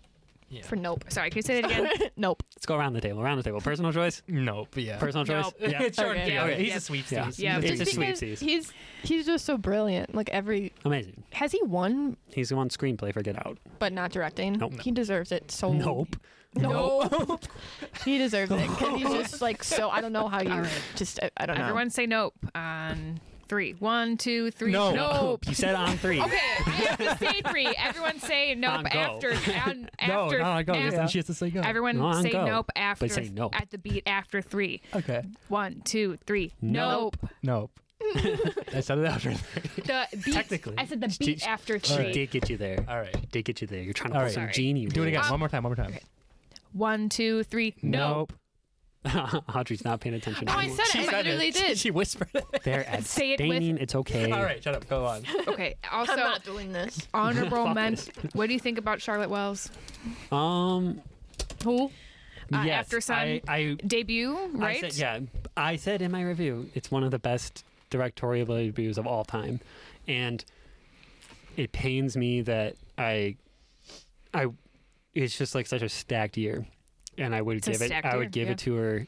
yeah.
for Nope.
Sorry, can you say that again?
Nope.
let's go around the table around the table personal
[laughs]
choice
nope. [laughs] Yeah.
personal choice
Nope.
yeah
it's Jordan
Okay.
Peele.
Okay.
He's
Yeah.
a sweepstakes.
Yeah.
Yeah.
It's
Just
a
because
sweepsies.
He's he's just so brilliant. Like every
amazing
has he won
he's won screenplay for get out
but not directing.
Nope.
He deserves it so
nope
No. [laughs] he deserves it 'cause he's
[laughs]
just like so I don't know how you
All right.
just I, I don't know.
Everyone say nope on three. One, two, three.
No. [laughs]
Nope.
you said on three
Okay, I have to say three. Everyone say
On
nope
go. [laughs]
after. On,
No,
after
no, I go.
after-
Yeah. She has to say go.
Everyone
No, on
say
go.
nope after.
say nope.
At the beat after three.
okay.
One, two, three.
Nope.
Nope.
Nope. [laughs] I said it after. [laughs]
The beat.
Technically.
I said the
She-
beat after
She
three.
did get you there.
All right.
Did get you there. You're trying to
All
pull
right.
some
Sorry.
genie.
Do it again.
rules.
one more time. One more time.
One, two, three. Um, Nope.
[laughs] Audrey's not paying attention.
No, I
anymore.
said it. I literally
[laughs]
did.
She whispered.
They're
[laughs] Say it with-
abstaining. It's okay.
All right. Shut up. Go
[laughs]
on.
Okay.
I'm
Also,
not doing this.
honorable
[laughs]
men. What do you think about Charlotte Wells?
Um.
Who? Uh,
yes.
After Sun
I. I,
debut,
I
right?
said, yeah. I said in my review, it's one of the best directorial debuts of all time, and it pains me that I, I, it's just like such a stacked year, and I would
a
give it.
stacked
I
year,
would give
yeah.
it to her,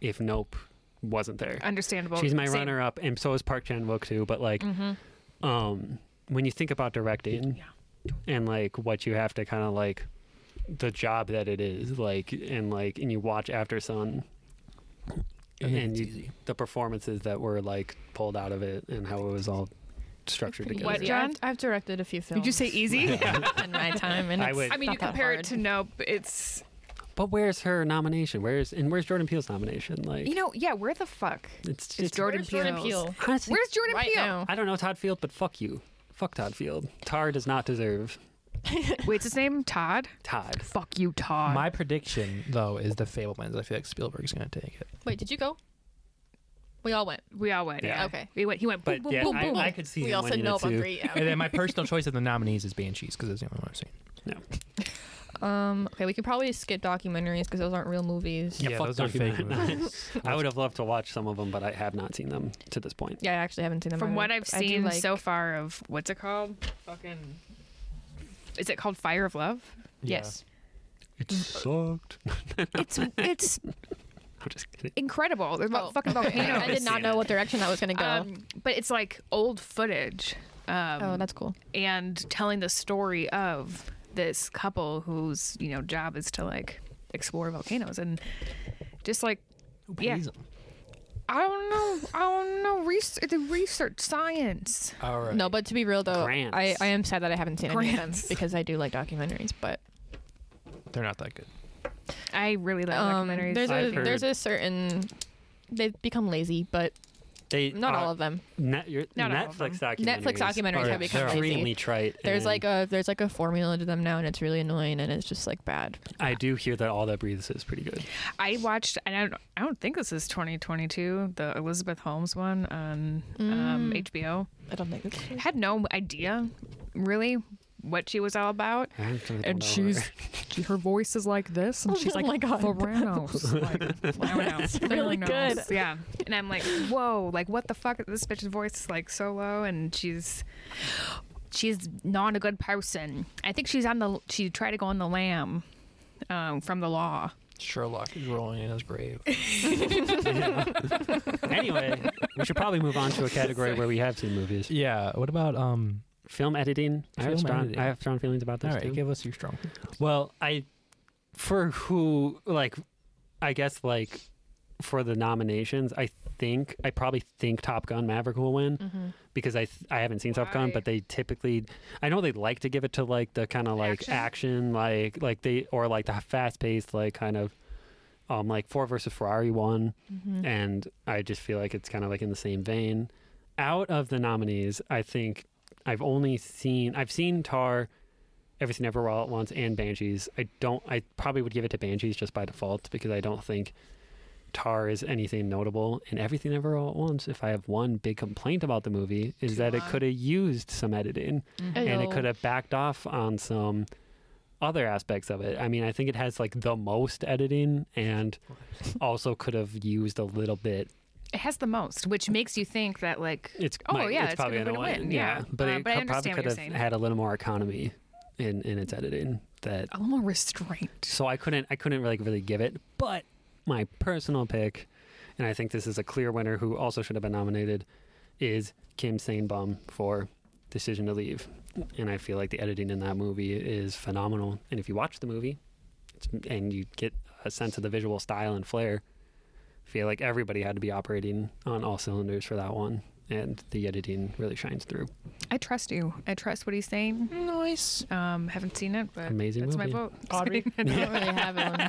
if Nope wasn't there.
Understandable.
She's my
Same.
runner up, and so is Park Chan Wook too. But like,
Mm-hmm.
um, when you think about directing and like what you have to kind of like the job that it is, like, and like, and you watch After Sun
I think
and
it's
you, the performances that were like pulled out of it and how it was all structured together.
What, easy. John?
I've, I've directed a few films.
Did you say easy?
in my time? And
I
it's
would-
I mean,
not
you
that
compare
hard.
it to Nope. It's
But where's her nomination? Where's and where's Jordan Peele's nomination? Like,
you know, yeah. Where the fuck?
it's just
It's Jordan
Where's Jordan
Peele's.
Peele?
honestly,
Where's Jordan
Right
Peele?
now.
I don't know Todd Field, but fuck you. Fuck Todd Field. Tar does not deserve
Wait, it's his name Todd?
Todd.
Fuck you, Todd.
My prediction though is the Fablemans. I feel like Spielberg's gonna take it.
Wait, did you go? We all went.
we all went.
Yeah.
Okay.
We went. He went.
But
boom, boom,
yeah,
boom,
I,
boom.
I could see
we
him
all said
winning
no,
it
but
too.
three.
And then my personal choice of the nominees is Banshees because it's the only one I've seen.
No.
Um, okay, we could probably skip documentaries because those aren't real movies.
Yeah, fuck
those are fake [laughs]
documentaries.
movies.
I would have loved to watch some of them, but I have not seen them to this point.
Yeah, I actually haven't seen them.
From
either,
what I've
but I do
seen
like-
so far of what's it called? Fucking. Is it called Fire
[laughs]
of Love?
Yeah.
Yes.
It [laughs] sucked.
It's it's
I'm just kidding.
incredible. There's about
Oh,
fucking
okay.
volcanoes.
[laughs] I did not know what direction that was going to go.
Um, but it's like old footage. Um,
oh, that's cool.
and telling the story of this couple whose you know job is to like explore volcanoes and just like
Who
Yeah.
pays 'em?
I don't know, I don't know research, the research science.
All right.
No, but to be real though,
Grants.
I, I am sad that I haven't seen any of them
Grants.
because I do like documentaries. But
they're not that good.
I really love
um,
documentaries.
there's a
I've heard-
there's a certain they've become lazy, but
They
not
are-
all of them.
Net, your,
Not all of
Netflix documentaries.
Netflix documentaries
are
have become
lazy.
extremely trite.
There's
and
like a there's like a formula to them now, and it's really annoying, and it's just like bad.
I do hear that All That Breathes is pretty good.
I watched, and I don't, I don't think this is 2022, the Elizabeth Holmes one on
Mm.
um, HBO.
I don't think it's [laughs]
Had no idea, really, what she was all about.
I actually don't
And
know
she's,
her.
she- her voice is like this, and she's
Oh
like,
my God. [laughs]
Theranos. [laughs] Like, I don't know.
That's
[laughs]
really
Theranos.
good.
Yeah. And I'm like, whoa, like, what the fuck? This bitch's voice is like so low, and she's. She's not a good person. I think she's on the. She tried to go on the lamb um, from the law.
Sherlock is rolling in his grave.
[laughs] anyway, we should probably move on to a category where we have seen movies.
yeah. What about um?
Film editing. I have
Film
strong.
editing.
I have strong feelings about this
all right,
too.
give us your
[laughs]
strong. [laughs]
Well, I for who like I guess like for the nominations, I think I probably think Top Gun Maverick will win
Mm-hmm.
because I th- I haven't seen Top Gun,
Why?
but they typically I know they like to give it to like the kind of like
Action?
action? like like they or like the fast paced like kind of um like Ford versus Ferrari one, and I just feel like it's kind of like in the same vein. Out of the nominees, I think I've only seen I've seen Tar, Everything Everywhere All at Once, and Banshees. I don't. I probably would give it to Banshees just by default because I don't think Tar is anything notable. And Everything Everywhere All at Once. If I have one big complaint about the movie is that it could have used some editing and it could have backed off on some other aspects of it. I mean, I think it has like the most editing and also could have used a little bit.
It has the most, which makes you think that like
It's
Oh,
might-
yeah,
it's,
it's
probably
gonna
gonna
win,
win.
yeah.
but
Uh,
it
but I
co- probably
understand what
could
you're
have
saying.
had a little more economy in in its editing. That
a little more restraint.
so I couldn't I couldn't really really give it. But my personal pick, and I think this is a clear winner who also should have been nominated, is Kim Sainbum for Decision to Leave. And I feel like the editing in that movie is phenomenal. And if you watch the movie, it's, and you get a sense of the visual style and flair, I feel like everybody had to be operating on all cylinders for that one. And the editing really shines through.
I trust you. I trust what he's saying.
Nice.
Um, haven't seen it, but
Amazing
that's
movie.
my vote. [laughs]
Audrey?
I don't really have
[laughs]
one.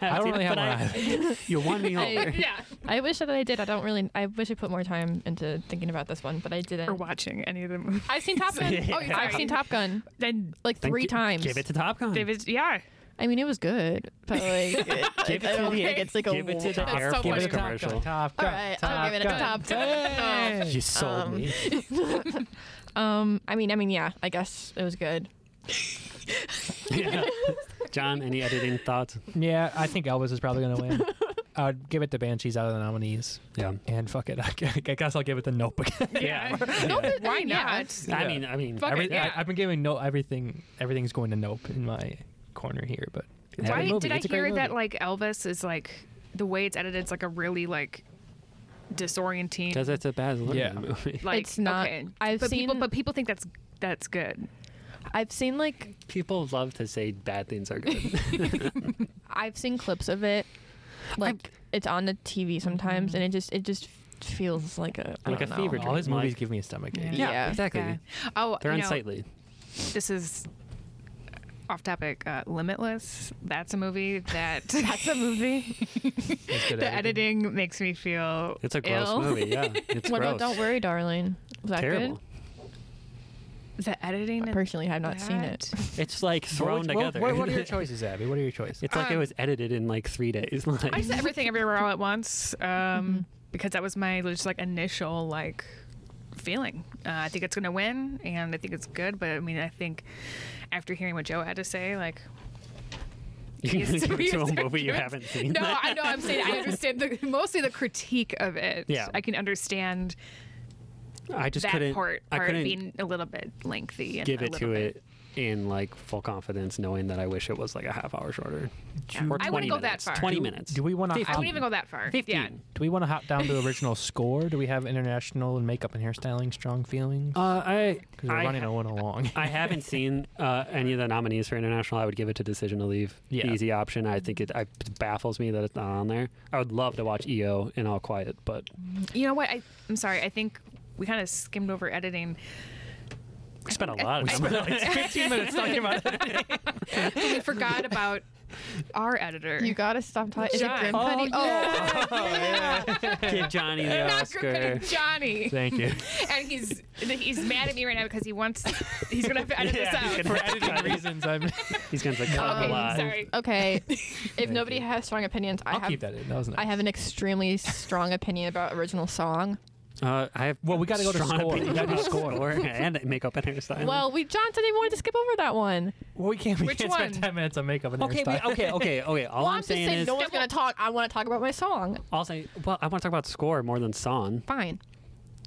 I don't really have
But
one.
I-
either.
You won me over.
yeah.
[laughs] I wish that I did. I don't really. I wish I put more time into thinking about this one, but I
Or
didn't.
watching any of the movies.
I've seen
[laughs]
Top Gun.
Oh, you're
I've
sorry.
seen Top Gun
Then
like
Then
three
gi-
times.
Give it to Top Gun.
David, yeah.
I mean, it was good, but like,
[laughs] Give it
I
to
don't
the-
think it's like a.
give it to the
All
Air
so
Force
funny.
commercial.
Top
right, I'll give it a [laughs] Top Gun.
You sold me.
Um, I mean, I mean, yeah, I guess it was good.
[laughs]
[laughs]
Yeah. John, any editing thoughts?
[laughs] Yeah, I think Elvis is probably gonna win. I'd give it to Banshees out of the nominees,
Yeah.
and fuck it, [laughs] I guess I'll give it to Nope again.
[laughs]
Yeah.
No, but-
Why
yeah,
not?
it's-
I
Yeah.
mean, I mean,
Fuck it,
every-
yeah.
I, I've been giving no everything. Everything's going to Nope in my corner here, but it's a
Why
good movie.
did I
It's a great
hear that
movie.
like Elvis is like the way it's edited? It's like a really like disorienting.
because it's a Baz Luhrmann
Yeah.
movie.
like,
It's not-
Okay.
I've
but people,
seen-
but people think that's that's good.
I've seen like
[laughs] People love to say bad things are
[laughs]
good.
I've seen clips of it, like it's on the TV sometimes, and it just it just feels like a I
Like
don't
a
know.
fever
All his
Like-
movies give me a stomach ache.
Yeah.
exactly.
Yeah. Oh,
They're
you know,
unsightly.
this is off topic. Uh, Limitless. That's a movie that
[laughs] That's a movie.
It's good
[laughs] the editing makes me feel.
It's a gross
ill. [laughs]
movie. Yeah, it's
what
gross.
about Don't Worry, Darling? Was that
Terrible.
good?
The editing.
I
and
personally have not seen it.
that.
It's like thrown
what,
together.
What,
[laughs]
[laughs]
what are your choices, Abby? What are your choices?
it's like it
Um,
was edited in like three days. [laughs] Like,
I said everything everywhere all at once um,
Mm-hmm.
because that was my just like initial like feeling. Uh, I think it's gonna win, and I think it's good. But I mean, I think after hearing what Joe had to say, like
you're
Yes,
gonna give it
we
to a
are
movie you
good.
haven't seen.
[laughs] no, I know [laughs] I'm saying I understand the, mostly the critique of it.
Yeah.
I can understand
I just
that
couldn't.
part.
I
Part
couldn't
being a little bit lengthy. And
give
a
it to
little bit-
it in like full confidence, knowing that I wish it was like a half hour shorter.
Yeah.
Or
I
20
wouldn't go that
minutes.
far.
20
Do-
minutes.
do we wanna
I
hop-
wouldn't even go that far. Yeah.
15.
Do we want to hop down to original score? Do we have international and makeup and hairstyling, strong feelings?
Uh, I,
Because we're
I,
running a one along.
I [laughs] haven't seen uh, any of the nominees for international. I would give it to Decision to Leave.
Yeah.
Easy option. I think it, I, it baffles me that it's not on there. I would love to watch EO and All Quiet, but
You know what? I, I'm sorry. I think we kind of skimmed over editing.
[laughs] we spent a lot of time. [laughs]
like 15 minutes talking
[laughs]
about it.
we forgot about our editor.
You gotta stop talking. Is it
John.
Grim Cuddy? Oh,
Give Johnny the
not
Oscar.
Griffin,
[laughs]
Johnny.
Thank you.
and he's he's mad at me right now because he wants he's gonna have to edit this out.
For editing reasons, I'm.
He's [laughs] going to come
Okay,
alive.
sorry.
[laughs] Okay. if nobody has strong opinions, I
I'll
have.
keep that in. That was nice.
I have an extremely strong opinion about original song.
Uh, I have
Well, we gotta go to
strong
score. We
opinions
gotta do
about
score.
[laughs] and makeup and hairstyling.
Well, we John said they wanted to skip over that one.
Well, we can't. We
Which
can't
one?
spend 10 minutes on makeup and
okay,
hairstyling.
wait, okay, okay, okay. All
well,
I'm,
I'm just
saying,
saying
is,
no one's gonna talk. I want to talk about my song.
I'll say, well, I want to talk about score more than song.
Fine.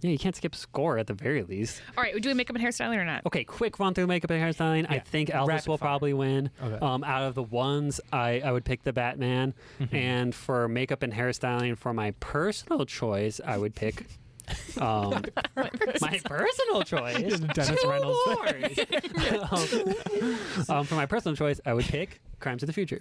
Yeah, you can't skip score at the very least.
All right, do we make up and hairstyling or not?
Okay, quick run through makeup and hairstyling. I
Yeah,
think Elvis
rapid
will
fire.
probably win.
Okay.
Um, out of the ones, I, I would pick the Batman.
Mm-hmm.
And for makeup and hairstyling, for my personal choice, I would
[laughs]
pick. Um, my personal
[laughs]
choice.
Dennis
Two
Reynolds.
awards. um, [laughs] um, for my personal choice, I would pick Crimes of the Future.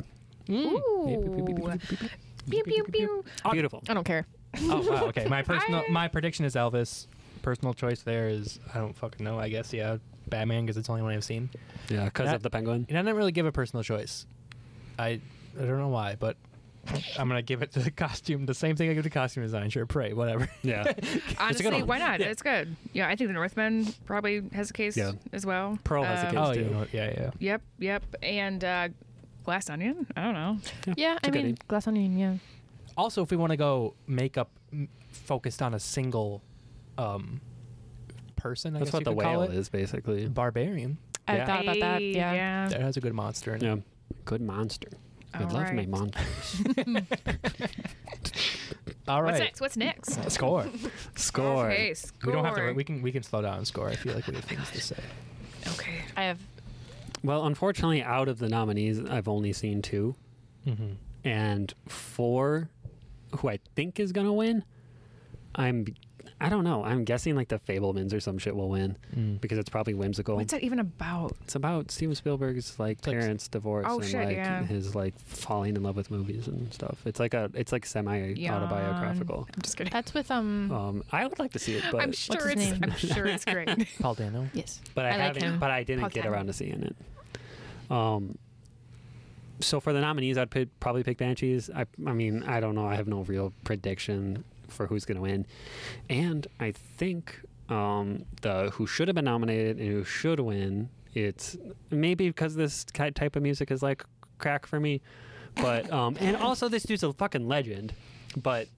Mm.
Ooh. Pew, pew, pew.
Beautiful.
I don't care.
Oh wow. Okay. My personal.
I-
My prediction is Elvis. Personal choice there is I don't fucking know. I guess yeah, Batman because it's the only one I've seen.
Yeah, because
That-
of
[laughs]
the penguin.
And I didn't really give a personal choice. I I don't know why, but I'm gonna give it to the costume. The same thing I give to costume design. Sure, pray, whatever. [laughs]
Yeah.
Honestly,
one.
why not? It's good. Yeah, I think the Northman probably has a case
Yeah.
as well.
Pearl has a
Um,
case.
oh,
do.
you know, yeah, yeah.
Yep, yep. And uh, Glass Onion? I don't know.
Yeah, I
a
mean
goodie.
Glass Onion. Yeah.
Also, if we want to go makeup m- focused on a single um person, I
That's
guess
what
you
the
could call
whale
it.
is, basically.
Barbarian.
I
Yeah.
thought about that.
Hey,
Yeah.
That has a good monster in it.
Yeah. Good monster. I
All
love my
right. [laughs]
monsters.
All
What's
right.
next? What's next? [laughs]
Score.
Score.
Okay, score.
We don't have to. We can. We can slow down. and Score. I feel like we have things to say.
Okay.
I have.
Well, unfortunately, out of the nominees, I've only seen 2
Mm-hmm.
and four, who I think is gonna win. I'm, I don't know. I'm guessing like the Fablemans or some shit will win
Mm.
because it's probably whimsical.
What's that even about?
It's about Steven Spielberg's like
like-
parents' divorce
Oh,
and
shit,
like
yeah.
his like falling in love with movies and stuff. It's like a it's like semi autobiographical.
I'm
[laughs]
just kidding.
That's with um.
Um, I would like to see it, but
I'm
what's
sure
his
it's.
name?
I'm sure it's great.
[laughs]
Paul Dano.
Yes.
but I,
I like
haven't.
him.
But I didn't
Paul
get
Dano.
around to seeing it. Um, so for the nominees, I'd pi- probably pick Banshees. I, I mean, I don't know. I have no real prediction for who's going to win, and I think um, the who should have been nominated and who should win. It's maybe because this ki- type of music is like crack for me, but um, and also this dude's a fucking legend, but.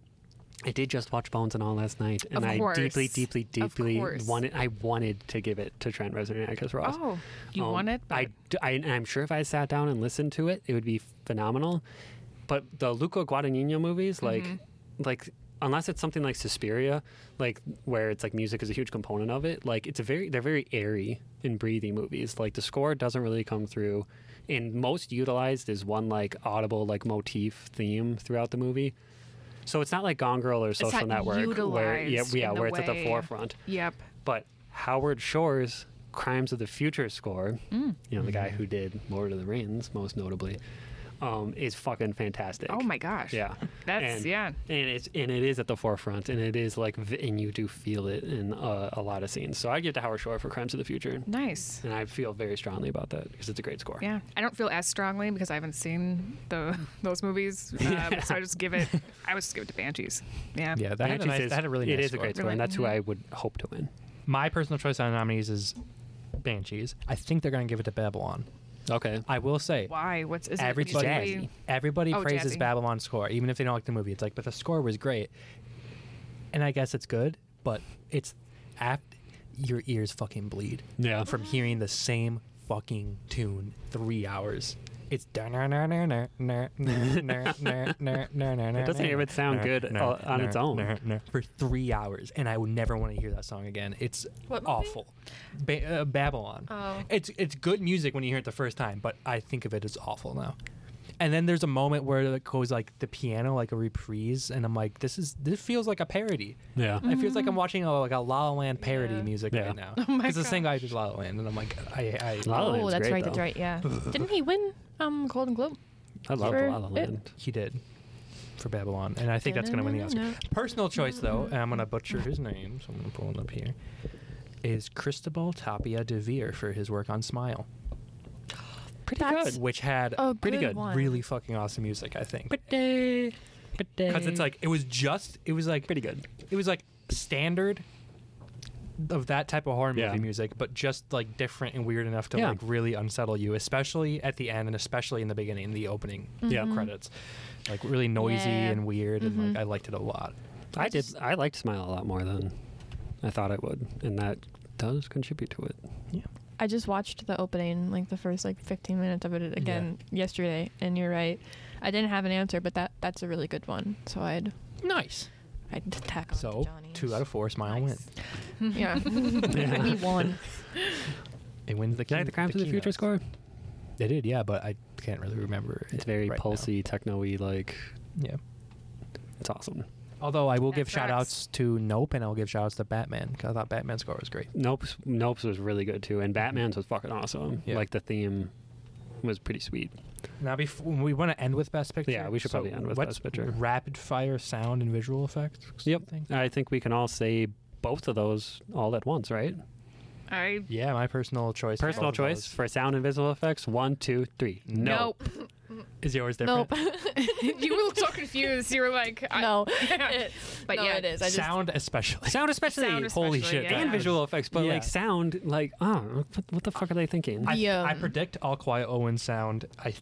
I did just watch Bones and All last night, and
Of
I deeply,
course.
deeply,
Of
deeply
course.
wanted. I wanted to give it to Trent Reznor and Atticus Ross.
Oh, you
Um,
want it?
I, d- I, and I'm sure if I sat down and listened to it, it would be phenomenal. But the Luca Guadagnino movies, like,
Mm-hmm.
like unless it's something like Suspiria, like where it's like music is a huge component of it, like it's a very they're very airy and breathy movies. Like the score doesn't really come through, and most utilized is one like audible like motif theme throughout the movie. So it's not like Gone Girl or Social
not
Network, where yeah,
utilized
yeah,
in the
where it's at the
way-
forefront
Yep.
but Howard Shore's Crimes of the Future score,
Mm.
you know,
Mm-hmm.
the guy who did Lord of the Rings, most notably, um, is fucking fantastic.
Oh my gosh.
Yeah,
[laughs] That's-
and,
yeah.
and it's and it is at the forefront, and it is like, v- and you do feel it in uh, a lot of scenes. So I give to Howard Shore for Crimes of the Future,
Nice.
and I feel very strongly about that because it's a great score.
Yeah. I don't feel as strongly because I haven't seen the
[laughs]
those movies, um, so I just give it. I would just give it to Banshees. Yeah.
Yeah, that
And
had a
Banshees
nice.
is-
That had a really nice.
Mm-hmm.
It is
score.
a great score, and that's who I would hope to win.
My personal choice on nominees is Banshees. I think they're going to give it to Babylon.
Okay.
I will say,
Why? What's is
everybody,
it? really-
everybody
Oh,
praises
jazzy.
Babylon's score, even if they don't like the movie. It's like, but the score was great, and I guess it's good, but it's apt. Your ears fucking bleed
Yeah.
from hearing the same fucking tune three hours. It's it
It doesn't even sound good all- on its own.
for three hours, and I would never want to hear that song again. It's
What movie?
awful. Ba- uh, Babylon.
Oh.
It's it's good music when you hear it the first time, but I think of it as awful now. And then there's a moment where it goes like the piano, like a reprise, and I'm like, this is this feels like a parody.
Yeah.
Mm-hmm.
It feels like I'm watching a, like a La La Land parody
Yeah.
music
Yeah.
right now.
Oh my
Because the same guy did La La Land, and I'm like, I, I
La La
oh,
Land's
that's
great,
right.
though.
That's right.
[laughs]
Yeah. Didn't he win um Golden Globe?
I love
For
La La
it.
Land.
he did for Babylon, and I think that's gonna win the Oscar.
No.
Personal choice though, and I'm gonna butcher his name, so I'm gonna pull it up here. Is Cristobal Tapia de Vere for his work on Smile,
Pretty
That's-
good.
which had
Oh,
Pretty
good.
good.
One.
really fucking awesome music, I think.
Pretty.
Because it's like it was just it was like
pretty good.
it was like standard of that type of horror movie
Yeah.
music, but just like different and weird enough to
Yeah.
like really unsettle you, especially at the end and especially in the beginning, the opening
Yeah.
credits, like really noisy
Yeah.
and weird, and like I liked it a lot.
I did. I liked Smile a lot more than I thought I would, and that does contribute to it.
Yeah,
I just watched the opening, like the first like 15 minutes of it again yesterday, and you're right. I didn't have an answer, but that that's a really good one. So I'd
nice.
I'd tack on
So
to Johnny's.
two out of four, smile
Nice.
[laughs]
wins.
yeah. Maybe one.
It wins the.
Did I
key-
have the Crimes of the Future
keynotes.
score?
They did, yeah, but I can't really remember.
It's
it
very
right now.
pulsy, techno-y. Like
Yeah.
it's awesome.
Although I will
That
give
tracks.
shout outs to Nope, and I'll give shout outs to Batman because I thought Batman's score was great.
Nope's Nope's was really good too, and Batman's was fucking awesome.
Mm-hmm. Yeah.
Like the theme was pretty sweet.
Now, before we want to end with best picture.
Yeah, we should probably end with
what's
Best Picture.
Rapid fire sound and visual effects.
Yep.
thing?
I think we can all say both of those all at once, right?
I
Yeah, my personal choice. is
Personal
both of
choice
those.
for sound and visual effects. One, two, three. No.
nope.
is yours different.
Nope. [laughs]
you were so confused. You were like, I,
no. It-
But
no,
[laughs] yeah,
it is. I just
sound especially.
Sound especially.
Sound especially,
Holy shit!
yeah.
that
[laughs] And
was-
visual effects, but
Yeah.
like sound, like oh, what, what the fuck are they thinking?
I,
The,
I
um,
predict All Quiet Owen sound. I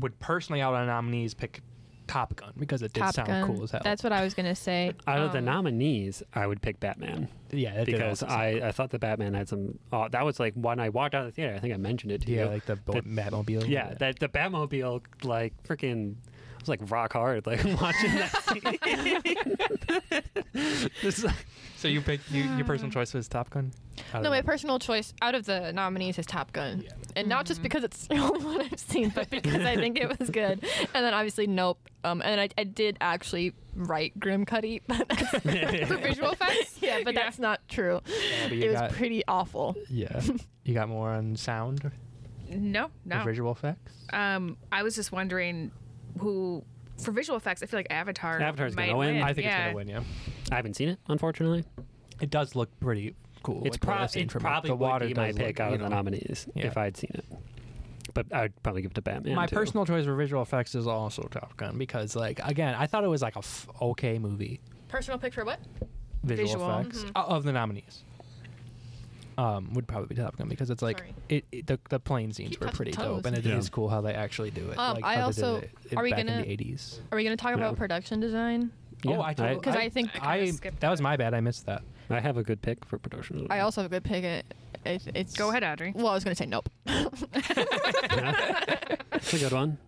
would personally out of nominees pick Top Gun because it did
Top
sound
Gun.
cool as hell.
That's what I was gonna
[laughs]
say.
Out of the
Um,
nominees, I would pick Batman
yeah, that did
because
also sound
I, I thought that Batman had some. Oh, that was like when I walked out of the theater. I think I mentioned it to
cool. yeah,
you.
like the, bo-
that-
Batmobile. and
yeah,
all
that the Batmobile like freaking I was like rock hard like [laughs] watching
[laughs]
that. This is-
So you picked you, your personal choice was Top Gun. Out
Um, No,
of
my
the-
personal choice out of the nominees is Top Gun,
Yeah.
and not just because it's [laughs] the only one I've seen, but because I think it was good. And then obviously, nope. Um, and I, I did actually write Grim Cuddy, [laughs] but
[laughs]
that's,
for visual effects.
[laughs] yeah, but that's not true.
Yeah, but you
It was
got-
pretty awful. [laughs]
yeah. You got more on sound or
no, no.
visual effects.
Um, I was just wondering who for visual effects. I feel like Avatar.
Avatar's
might
gonna win.
I think it's
yeah.
gonna win. Yeah,
I haven't seen it unfortunately.
it does look pretty cool. like,
It's,
what
prob-
I've seen
it
from
probably
the water
would be my
does look,
pick out
you
of the
know.
nominees
Yeah.
if I'd seen it, but I'd probably give it to Batman.
My
too.
personal choice for visual effects is also Top Gun because, like, again, I thought it was like a f- okay movie.
Personal pick for what?
Visual,
Visual.
effects
mm-hmm.
o- of the nominees. Um, would probably be Top Gun because it's like
Sorry.
it, it- the the plane scenes
Keep
were
touching
pretty
toes.
dope, and it is
Yeah.
cool how they actually do it.
Um,
like,
I
how they did
also-
it i-
are we
back in
gonna-
the eighties?
Are we gonna talk about
Yeah.
production design?
Yeah,
oh, I
I,
totally-
Because I, think
I-
I,
I
skipped
that was my bad. I missed that.
I have a good pick for production. [laughs]
also have a good pick. It, it, it's
Go ahead, Audrey.
Well, I was gonna say [laughs] nope.
It's a good one.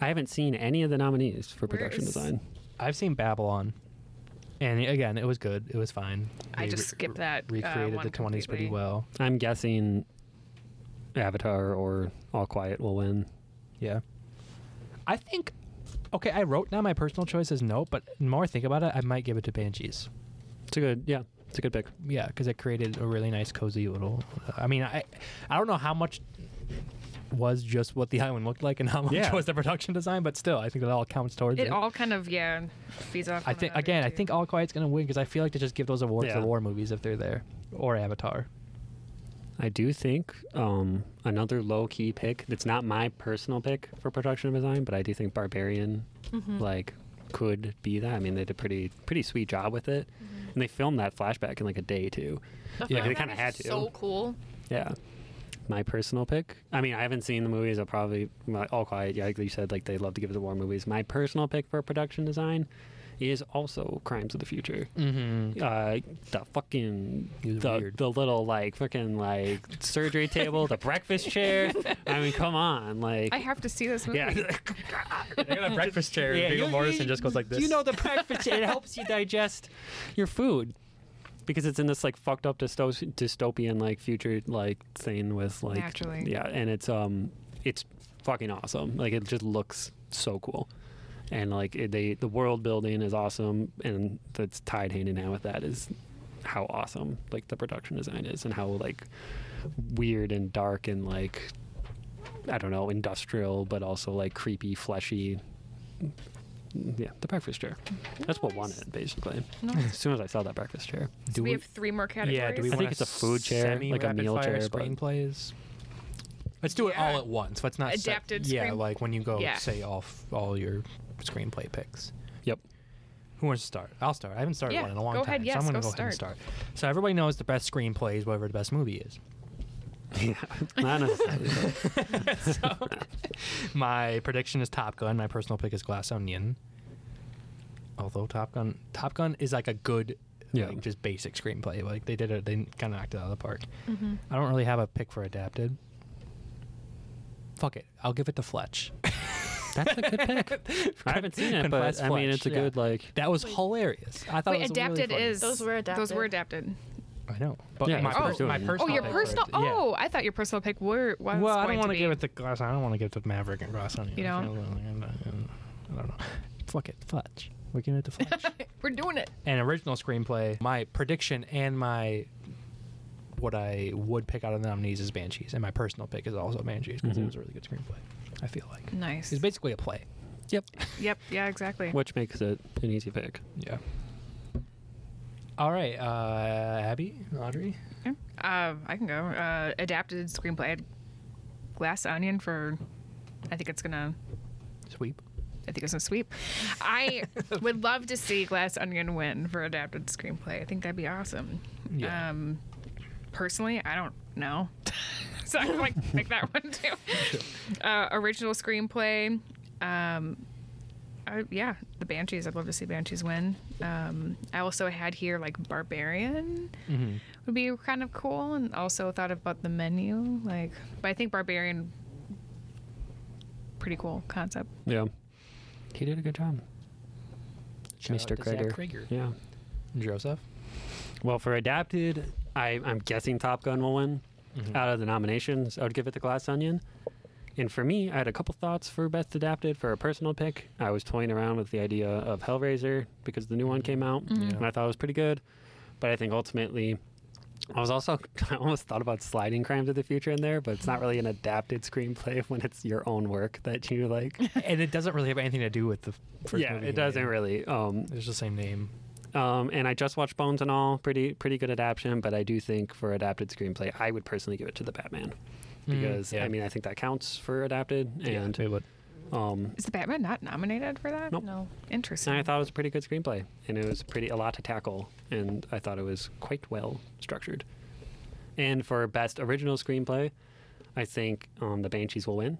I haven't seen any of the nominees for
Where
production
is-
design.
I've seen Babylon, and again, it was good. It was fine.
I
They
just
re-
skipped that, uh,
Recreated
one
the twenties pretty
completely.
well.
I'm guessing Avatar or All Quiet will win.
Yeah. I think. Okay, I wrote down my personal choice as no, but the more I think about it, I might give it to Banshees.
It's a good, yeah, it's a good pick.
Yeah, because it created a really nice, cozy little. I mean, I, I don't know how much was just what the [laughs] island looked like and how much
Yeah.
was the production design, but still, I think that all counts towards it.
It all kind of yeah feeds off.
I
one
think
another,
again, I
too.
think All Quiet's gonna win because I feel like to just give those awards
Yeah.
to war movies if they're there or Avatar.
I do think um, another low key pick that's not my personal pick for production design, but I do think Barbarian like could be that. I mean, they did a pretty pretty sweet job with it, and they filmed that flashback in like a day too.
The
Yeah, they
flashback
kinda
is
had
just
to.
So cool.
Yeah. My personal pick. I mean, I haven't seen the movies. I'll probably my- all quiet. Yeah, like you said, like they love to give the war movies. My personal pick for production design is also Crimes of the Future.
Mm-hmm.
Uh, the fucking
It was
the,
weird.
the little like fucking like surgery table, the breakfast
[laughs]
chair. I mean, come on, like
I have to see this
[laughs]
movie.
yeah.
They got a breakfast chair. and
you-
Viggo
you-
Mortensen just goes like this.
You know the breakfast. it helps you digest your food because it's in this like fucked up dysto- dystopian like future like thing with like
Naturally.
yeah, and it's um it's fucking awesome. Like it just looks so cool. And like it, they, the world building is awesome, and that's tied hand in hand with that is how awesome like the production design is, and how like weird and dark and like I don't know industrial, but also like creepy, fleshy. Yeah, the breakfast chair. That's what won it basically. As soon as I saw that breakfast chair,
do
we, have three more categories.
yeah, do we
I think
wanna
it's a food chair, like a meal
semi-rapid-fire
chair, but-
Screenplays. Let's do it all
Yeah.
at once. Let's not set-
Adapted
yeah,
screen-
like when you go
Yeah.
say all f- all your screenplay picks.
yep.
Who wants to start? I'll start. I haven't started
Yeah,
one in a long
go
time,
ahead. Yes,
so I'm gonna
go
go, ahead and start. So everybody knows the best screenplay is whatever the best movie is.
[laughs] Yeah, not necessarily. but- [laughs]
[laughs] My prediction is Top Gun. My personal pick is Glass Onion. Although Top Gun, Top Gun is like a good,
Yeah.
like just basic screenplay. Like they did it, they kind of knocked it out of the park.
Mm-hmm.
I don't really have a pick for adapted. Fuck it, I'll give it to Fletch. [laughs]
That's a good pick. I haven't seen it, but
Confess
I mean,
Fletch,
it's a
yeah.
good like.
That was hilarious. I thought
Wait,
it was really
adapted
funny.
is
Those were
Those were
adapted.
adapted.
I know, but
Yeah,
my,
that's what
pers-
we're
my
doing.
personal.
Oh, your
pick for
personal.
it- yeah.
Oh, I thought your personal pick were. Was
well, I don't
want to
give it to Glass. I don't want to give it to Maverick and Glass Onion.
You
I
don't?
feel- [laughs] I don't know. Fuck it, Fletch. We're giving it to
[laughs]
Fletch.
We're doing it.
an original screenplay. My prediction and my what I would pick out of the nominees is Banshees, and my personal pick is also Banshees because
Mm-hmm.
it was a really good screenplay. I feel like
Nice.
it's basically a play.
Yep.
Yep. Yeah. Exactly.
[laughs] Which makes it an easy pick.
Yeah. All right, uh, Abby, Audrey.
Uh, I can go. Uh, adapted screenplay. I had Glass Onion for. I think it's gonna.
Sweep.
I think it's gonna sweep. I
[laughs]
would love to see Glass Onion win for adapted screenplay. I think that'd be awesome.
Yeah.
Um, personally, I don't know, [laughs] so I can like pick that
[laughs]
one too. Uh, original screenplay. Um, I, yeah, the Banshees. I'd love to see Banshees win. Um, I also had here like Barbarian
Mm-hmm.
would be kind of cool and also thought about the menu like but i think barbarian pretty cool concept
Yeah. He did a good job. Mr. Krieger. Yeah.
Joseph.
Well, for adapted, I, I'm guessing Top Gun will win.
Mm-hmm.
Out of the nominations, I would give it the Glass Onion. And for me, I had a couple thoughts for best adapted for a personal pick. I was toying around with the idea of Hellraiser because the new one came out,
Yeah.
and I thought it was pretty good. But I think ultimately, I was also [laughs] I almost thought about sliding Crimes of the Future in there, but it's not really an adapted screenplay [laughs] when it's your own work that you
[laughs]
like.
and it doesn't really have anything to do with the first
yeah,
movie.
it doesn't really. Um,
It's the same name.
Um, and I just watched Bones and all, pretty pretty good adaptation. But I do think for adapted screenplay, I would personally give it to the Batman because
Hmm, yeah.
I mean I think that counts for adapted. And
it would.
um,
is the batman not nominated for that
Nope.
No.
interesting
and I thought it was a pretty good screenplay, and it was pretty a lot to tackle, and I thought it was quite well structured. And for best original screenplay, I think um, the Banshees will win.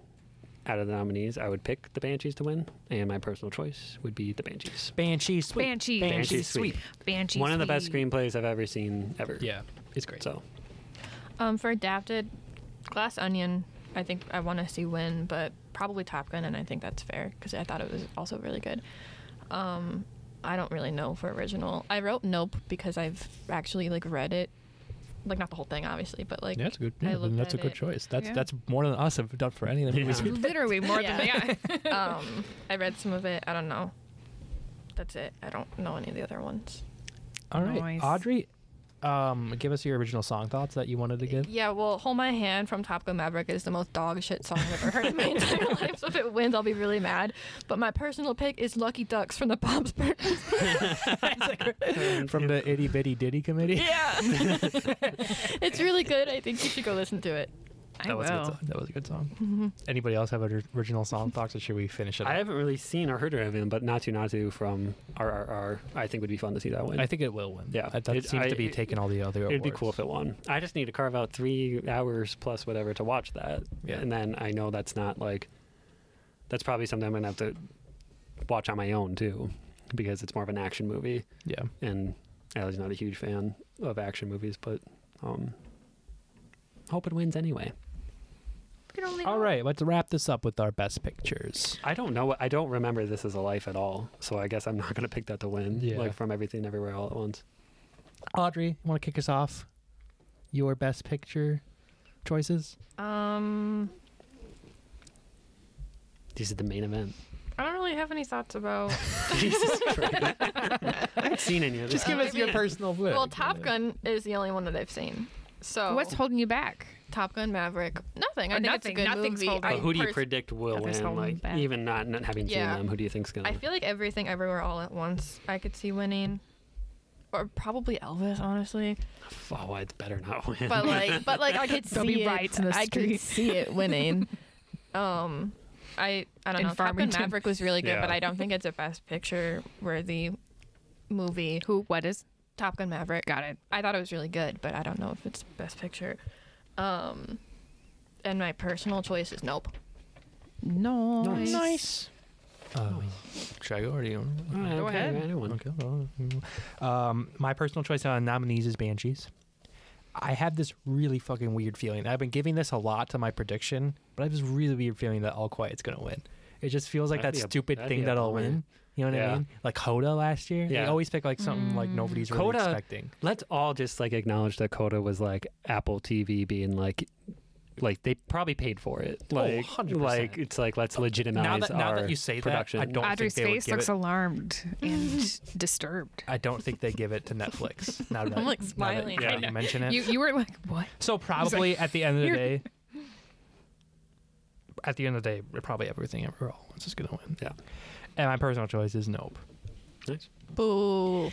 Out of the nominees, I would pick the Banshees to win, and my personal choice would be the Banshees.
Banshee sweep.
Banshee.
Banshee
Banshee
sweep.
banshee
One of the best
Speed.
screenplays I've ever seen ever.
Yeah, it's great. [laughs]
So
Um, for adapted, Glass Onion, I think I want to see win, but probably Top Gun, and I think that's fair because I thought it was also really good. Um, I don't really know for original. I wrote Nope because I've actually like read it, like not the whole thing, obviously, but like
Yeah, that's a good.
I
Yeah,
looked
that's a
at
good
it.
choice. That's
Yeah.
that's more than us have done for any of the movies.
Yeah.
we've
literally more than yeah
Yeah. um, I read some of it. I don't know. That's it. I don't know any of the other ones.
All right,
Nice.
Audrey, um, give us your original song thoughts that you wanted to give.
Yeah, well, Hold My Hand from Top Gun Maverick is the most dog shit song I've ever heard in my entire life. So if it wins, I'll be really mad. But my personal pick is Lucky Ducks from the Bob's Burgers. [laughs]
From the itty bitty ditty committee.
yeah. it's really good. I Mm-hmm. think you should go listen to it.
I
That was a good
will.
song. That was a good song. Anybody else have an original song thoughts, or should we finish it?
I
up?
haven't really seen or heard of him, but Natu Natu from RRR, I think would be fun to see that one.
I think it will win.
Yeah.
that, that
It-
seems
I-
to be
it-
taking all the other.
It'd be
awards.
cool if it won. I just need to carve out three hours plus whatever to watch that.
Yeah.
And then I know that's not like, that's probably something I'm going to have to watch on my own too, because it's more of an action movie.
Yeah,
And Allie's not a huge fan of action movies, but um, hope it wins anyway.
All right, let's wrap this up with our best pictures.
I don't know. what- I don't remember this as a life at all. So I guess I'm not going to pick that to win.
Yeah.
Like from everything, everywhere, all at once.
Audrey, you want to kick us off? Your best picture choices?
Um,
This is the main event. [laughs]
I don't really have any thoughts about.
[laughs]
Jesus Christ. I've seen any of this.
Just give us your personal pick.
Uh, well, Top Gun is the only one that I've seen. So
What's holding you back?
Top Gun Maverick? Nothing. I
Or
think
nothing.
it's a good
Nothing's
movie.
holding-
I
But who do you
pers-
predict will
Others
win?
hold them
Like
back.
even not, not having seen
Yeah.
them, who do you think's gonna?
I feel like everything, everywhere, all at once. I could see winning, or probably Elvis, honestly.
oh, it's better not win. [laughs]
But like, but like, I
[laughs]
could
There'll be
see it.
riots in the
I could
street.
see it winning. [laughs] um, I I don't
In
know. Top Gun
Farmington.
Maverick was really good, but
Yeah.
I don't think it's a best picture worthy movie.
Who? What is?
Top Gun Maverick.
Got it.
I thought it was really good, but I don't know if it's best picture. Um, and my personal choice is nope.
No.
Nice.
Uh, should I go or do you?
Alright,
Go
okay,
ahead.
anyone.
Okay. well, Um, my personal choice on nominees is Banshees. I have this really fucking weird feeling. I've been giving this a lot to my prediction, but I have this really weird feeling that All Quiet's gonna win. It just feels like
That'd
that
be a-
stupid
that'd be
thing
a
that'll
bummer.
win. You know what
Yeah.
I mean? Like Hoda last year. They
Yeah.
always pick like something like nobody's really
Coda-
expecting.
Let's all just like acknowledge that Coda was like Apple TV being like, like they probably paid for it.
Oh,
Like,
100%.
like it's like let's legitimize
now that now
our
that you say
production.
that, I don't
Audrey's
think they
face
would give
looks
it.
alarmed
[laughs]
and disturbed.
I don't think they give it to Netflix. Now that,
I'm, like,
now that-
smiling.
now that
Yeah.
you mention it.
You you were like, what? [laughs]
So probably at the end of the
"You're-"
day, at the end of the day, probably everything ever all once is gonna win.
Yeah.
And my personal choice is Nope.
Nice.
[laughs] Boo.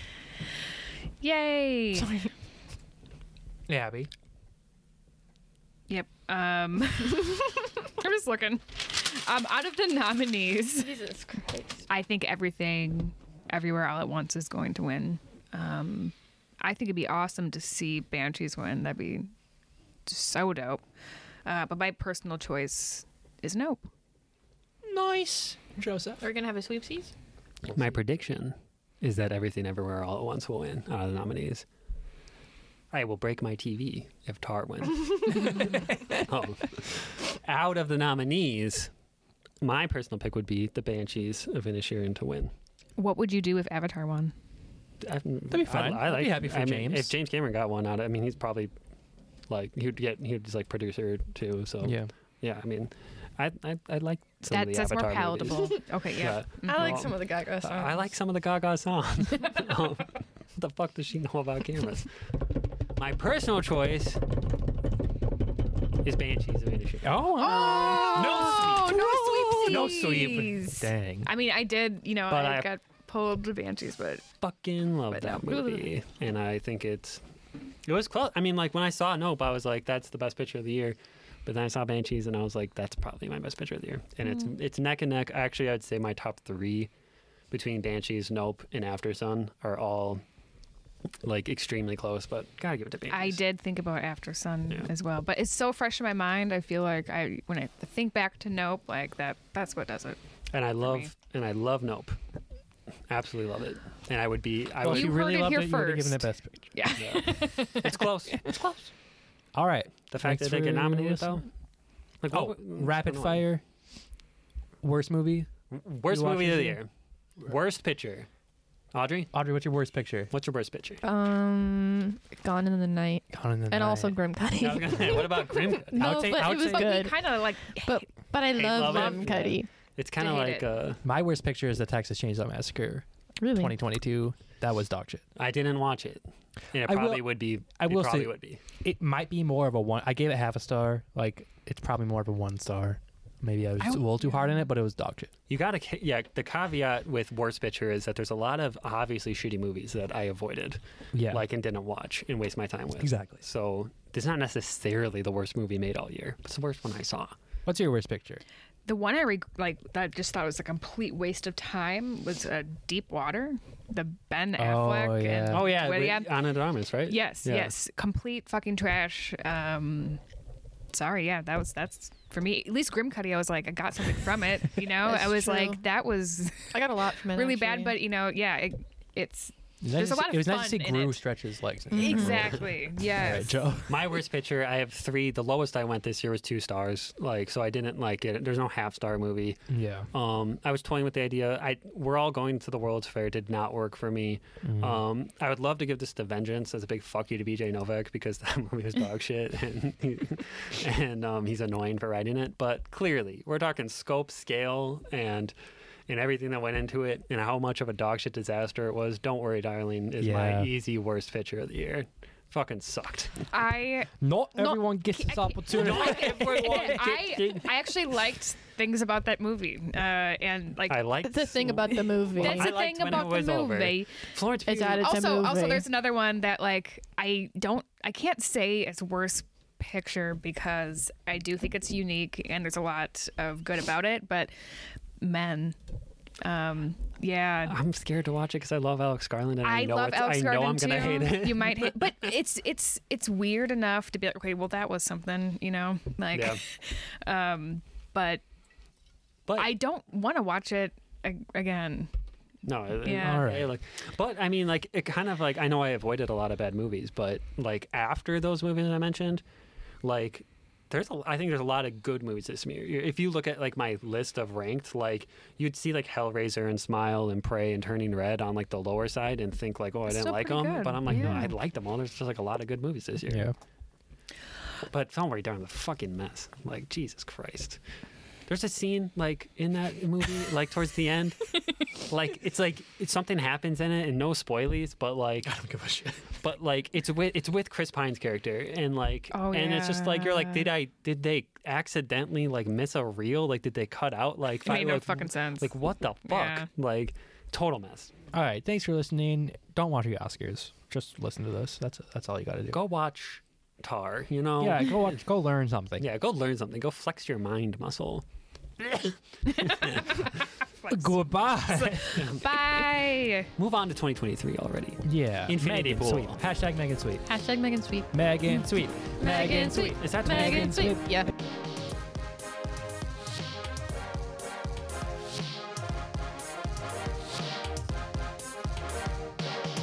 Yay.
Yeah, Abby.
Yep. Um, [laughs] I'm just looking. Um, out of the nominees,
Jesus Christ.
I think everything, everywhere, all at once is going to win. Um, I think it'd be awesome to see Banshees win. That'd be just so dope. Uh, but my personal choice is nope.
Nice, Joseph.
Are we gonna have a sweepsies?
My prediction is that everything, everywhere, all at once will win out of the nominees. I will break my TV if Tar
[laughs]
wins. Oh. Out of the nominees, my personal pick would be the Banshees of Inisherin to win.
What would you do if Avatar won?
That'd
be fine. I'd be happy for
I mean,
James.
If James Cameron got one out, I mean, he's probably like he'd get he'd just like producer too. So
Yeah.
yeah. I mean, I I, I like some of
That,
the
that's more
Avatar [laughs]
palatable.
movies.
okay, yeah.
I like
Well,
some of the Gaga songs.
I like some of the Gaga songs. um, the fuck does she know about cameras? My personal choice is Banshees of Inisherin.
Oh,
Oh, no
no
sweepsies.
sweep. Dang.
I mean, I did, you know,
But
I,
I-
got pulled to Banshees, but
Fucking love
But
that
no.
movie, and I think it's it was close. I mean, like when I saw Nope, I was like, that's the best picture of the year. But then I saw Banshees, and I was like, that's probably my best picture of the year. And it's it's neck and neck. Actually, I'd say my top three between Banshees, Nope, and After Sun are all like extremely close. But gotta give it to Banshees.
I did think about After Sun
Yeah.
as well. But it's so fresh in my mind. I feel like I when I think back to Nope, like that that's what does it.
and I
me.
love and I love Nope. Absolutely love it. And I would be I
Well,
would
you heard it here
given the
first.
best picture.
Yeah.
it's close. It's close.
All right.
[laughs] The fact
Thanks
that they get
for
nominated though.
listening.
Like,
Oh,
what-
rapid
what's going
fire. Worst movie.
on? Worst
You watch
movie of the
anything?
year. Worst picture. Audrey,
Audrey, what's your worst picture?
what's your worst
Uh,
picture?
um, Gone in the Night,
Gone in the
and also
Night.
Grim Cuddy.
I was gonna say, what
[laughs]
about Grim?
[laughs]
Cut?
no,
take-
but
I would
it was
say-
good.
kind of like
but but I love,
love it.
Grim Cuddy.
It's kind of
I hate
like
it.
uh,
My worst picture is the Texas Chainsaw Massacre,
Really,
2022. That was dog shit.
I didn't watch it. And it
I will-
probably would be.
I
it
will
probably
say-
would be.
it might be more of a one. I gave it half a star. Like it's probably more of a one star. Maybe I was
I
a
would-
little too hard on it, but it was dog shit.
You gotta, ca- yeah. The caveat with worst picture is that there's a lot of obviously shitty movies that I avoided,
Yeah,
like and didn't watch and waste my time with.
exactly.
So It's not necessarily the worst movie made all year. but It's the worst one I saw.
What's your worst picture?
The one I reg like that I just thought was a complete waste of time was uh, Deep Water, the Ben Affleck.
yeah.
And
Oh,
Woody
with
Allen.
Ana de Armas, right?
Yes,
Yeah.
yes, complete fucking trash. Um, sorry, yeah, that was that's for me. At least Grim Cuddy, I was like, I got something from it. You
[laughs]
know,
That's
I was
true.
like, that was
I got a lot from it.
really
actually.
bad, but you know, yeah, it, it's
It was nice
There's a
to
lot
see-
of
It was nice to see
fun in
Gru [laughs]
it.
stretch his legs.
[laughs] exactly
All
yes.
right, Joe.
My worst picture, I have three. The lowest I went this year was two stars. Like, so I didn't like it. There's no half star movie.
Yeah.
Um, I was toying with the idea. I we're all going to the World's Fair. Did not work for me. Um, I would love to give this to Vengeance as a big fuck you to BJ Novak because [laughs] that movie was dog shit [laughs] and and um, he's annoying for writing it. But clearly, we're talking scope, scale, and and everything that went into it, and how much of a dog shit disaster it was. Don't worry, darling. Is
Yeah.
my easy worst picture of the year. Fucking sucked.
I
Not
Not-
everyone gets this
I-
opportunity. [laughs]
I I actually liked things about that movie, uh, and like
I like
the thing about the movie.
that's
I
the
liked
thing
when it
about the
was
movie.
over. Florence
It's
Pugh-
added- It's a
also, also,
movie.
there's another one that like I don't, I can't say it's worse picture because I do think it's unique and there's a lot of good about it, but men, um, yeah.
I'm scared to watch it because I love Alex Garland and I,
I
know
love
it's,
Alex
I know
Garland
I'm gonna
too.
hate it. [laughs]
You might hate, but it's it's it's weird enough to be like, okay, well that was something, you know, like,
Yeah.
um, but
But
I don't want to watch it ag- again.
no, uh, it-
Yeah.
All
okay,
right.
like, but I mean, like, it kind of like I know I avoided a lot of bad movies, but like after those movies I mentioned, like. There's a, I think there's a lot of good movies this year. If you look at like my list of ranked, like you'd see like Hellraiser and Smile and Prey and Turning Red on like the lower side and think like, oh, I
It's
didn't
still
like them,
pretty good,
but I'm like, no,
yeah.
I liked them all. There's just like a lot of good movies this year.
yeah.
But don't worry, darn the fucking mess. Like Jesus Christ. There's a scene like in that movie, like towards the
[laughs]
end, like it's like it's something happens in it, and no spoilies, but like [laughs] I don't give a shit. But like it's with it's with Chris Pine's character, and like
Oh,
and it's just like you're like,
yeah.
did I did they accidentally like miss a reel? Like did they cut out like
It made
five-
no
like,
fucking sense.
Like what the fuck?
Yeah.
Like total mess.
All right. Thanks for listening. Don't watch the Oscars. Just listen to this. That's that's all you got to do.
Go watch Tar. You know.
Yeah. Go watch. Go learn something.
Yeah. Go learn something. Go flex your mind muscle. [laughs]
Goodbye.
Bye.
Move on to 2023 already.
yeah.
Infinity
Megan
Pool.
Sweet. Hashtag Megan Sweet.
Hashtag Megan Sweet.
Megan Sweet.
Sweet.
Megan Sweet.
Is that
Megan Sweet. Yeah.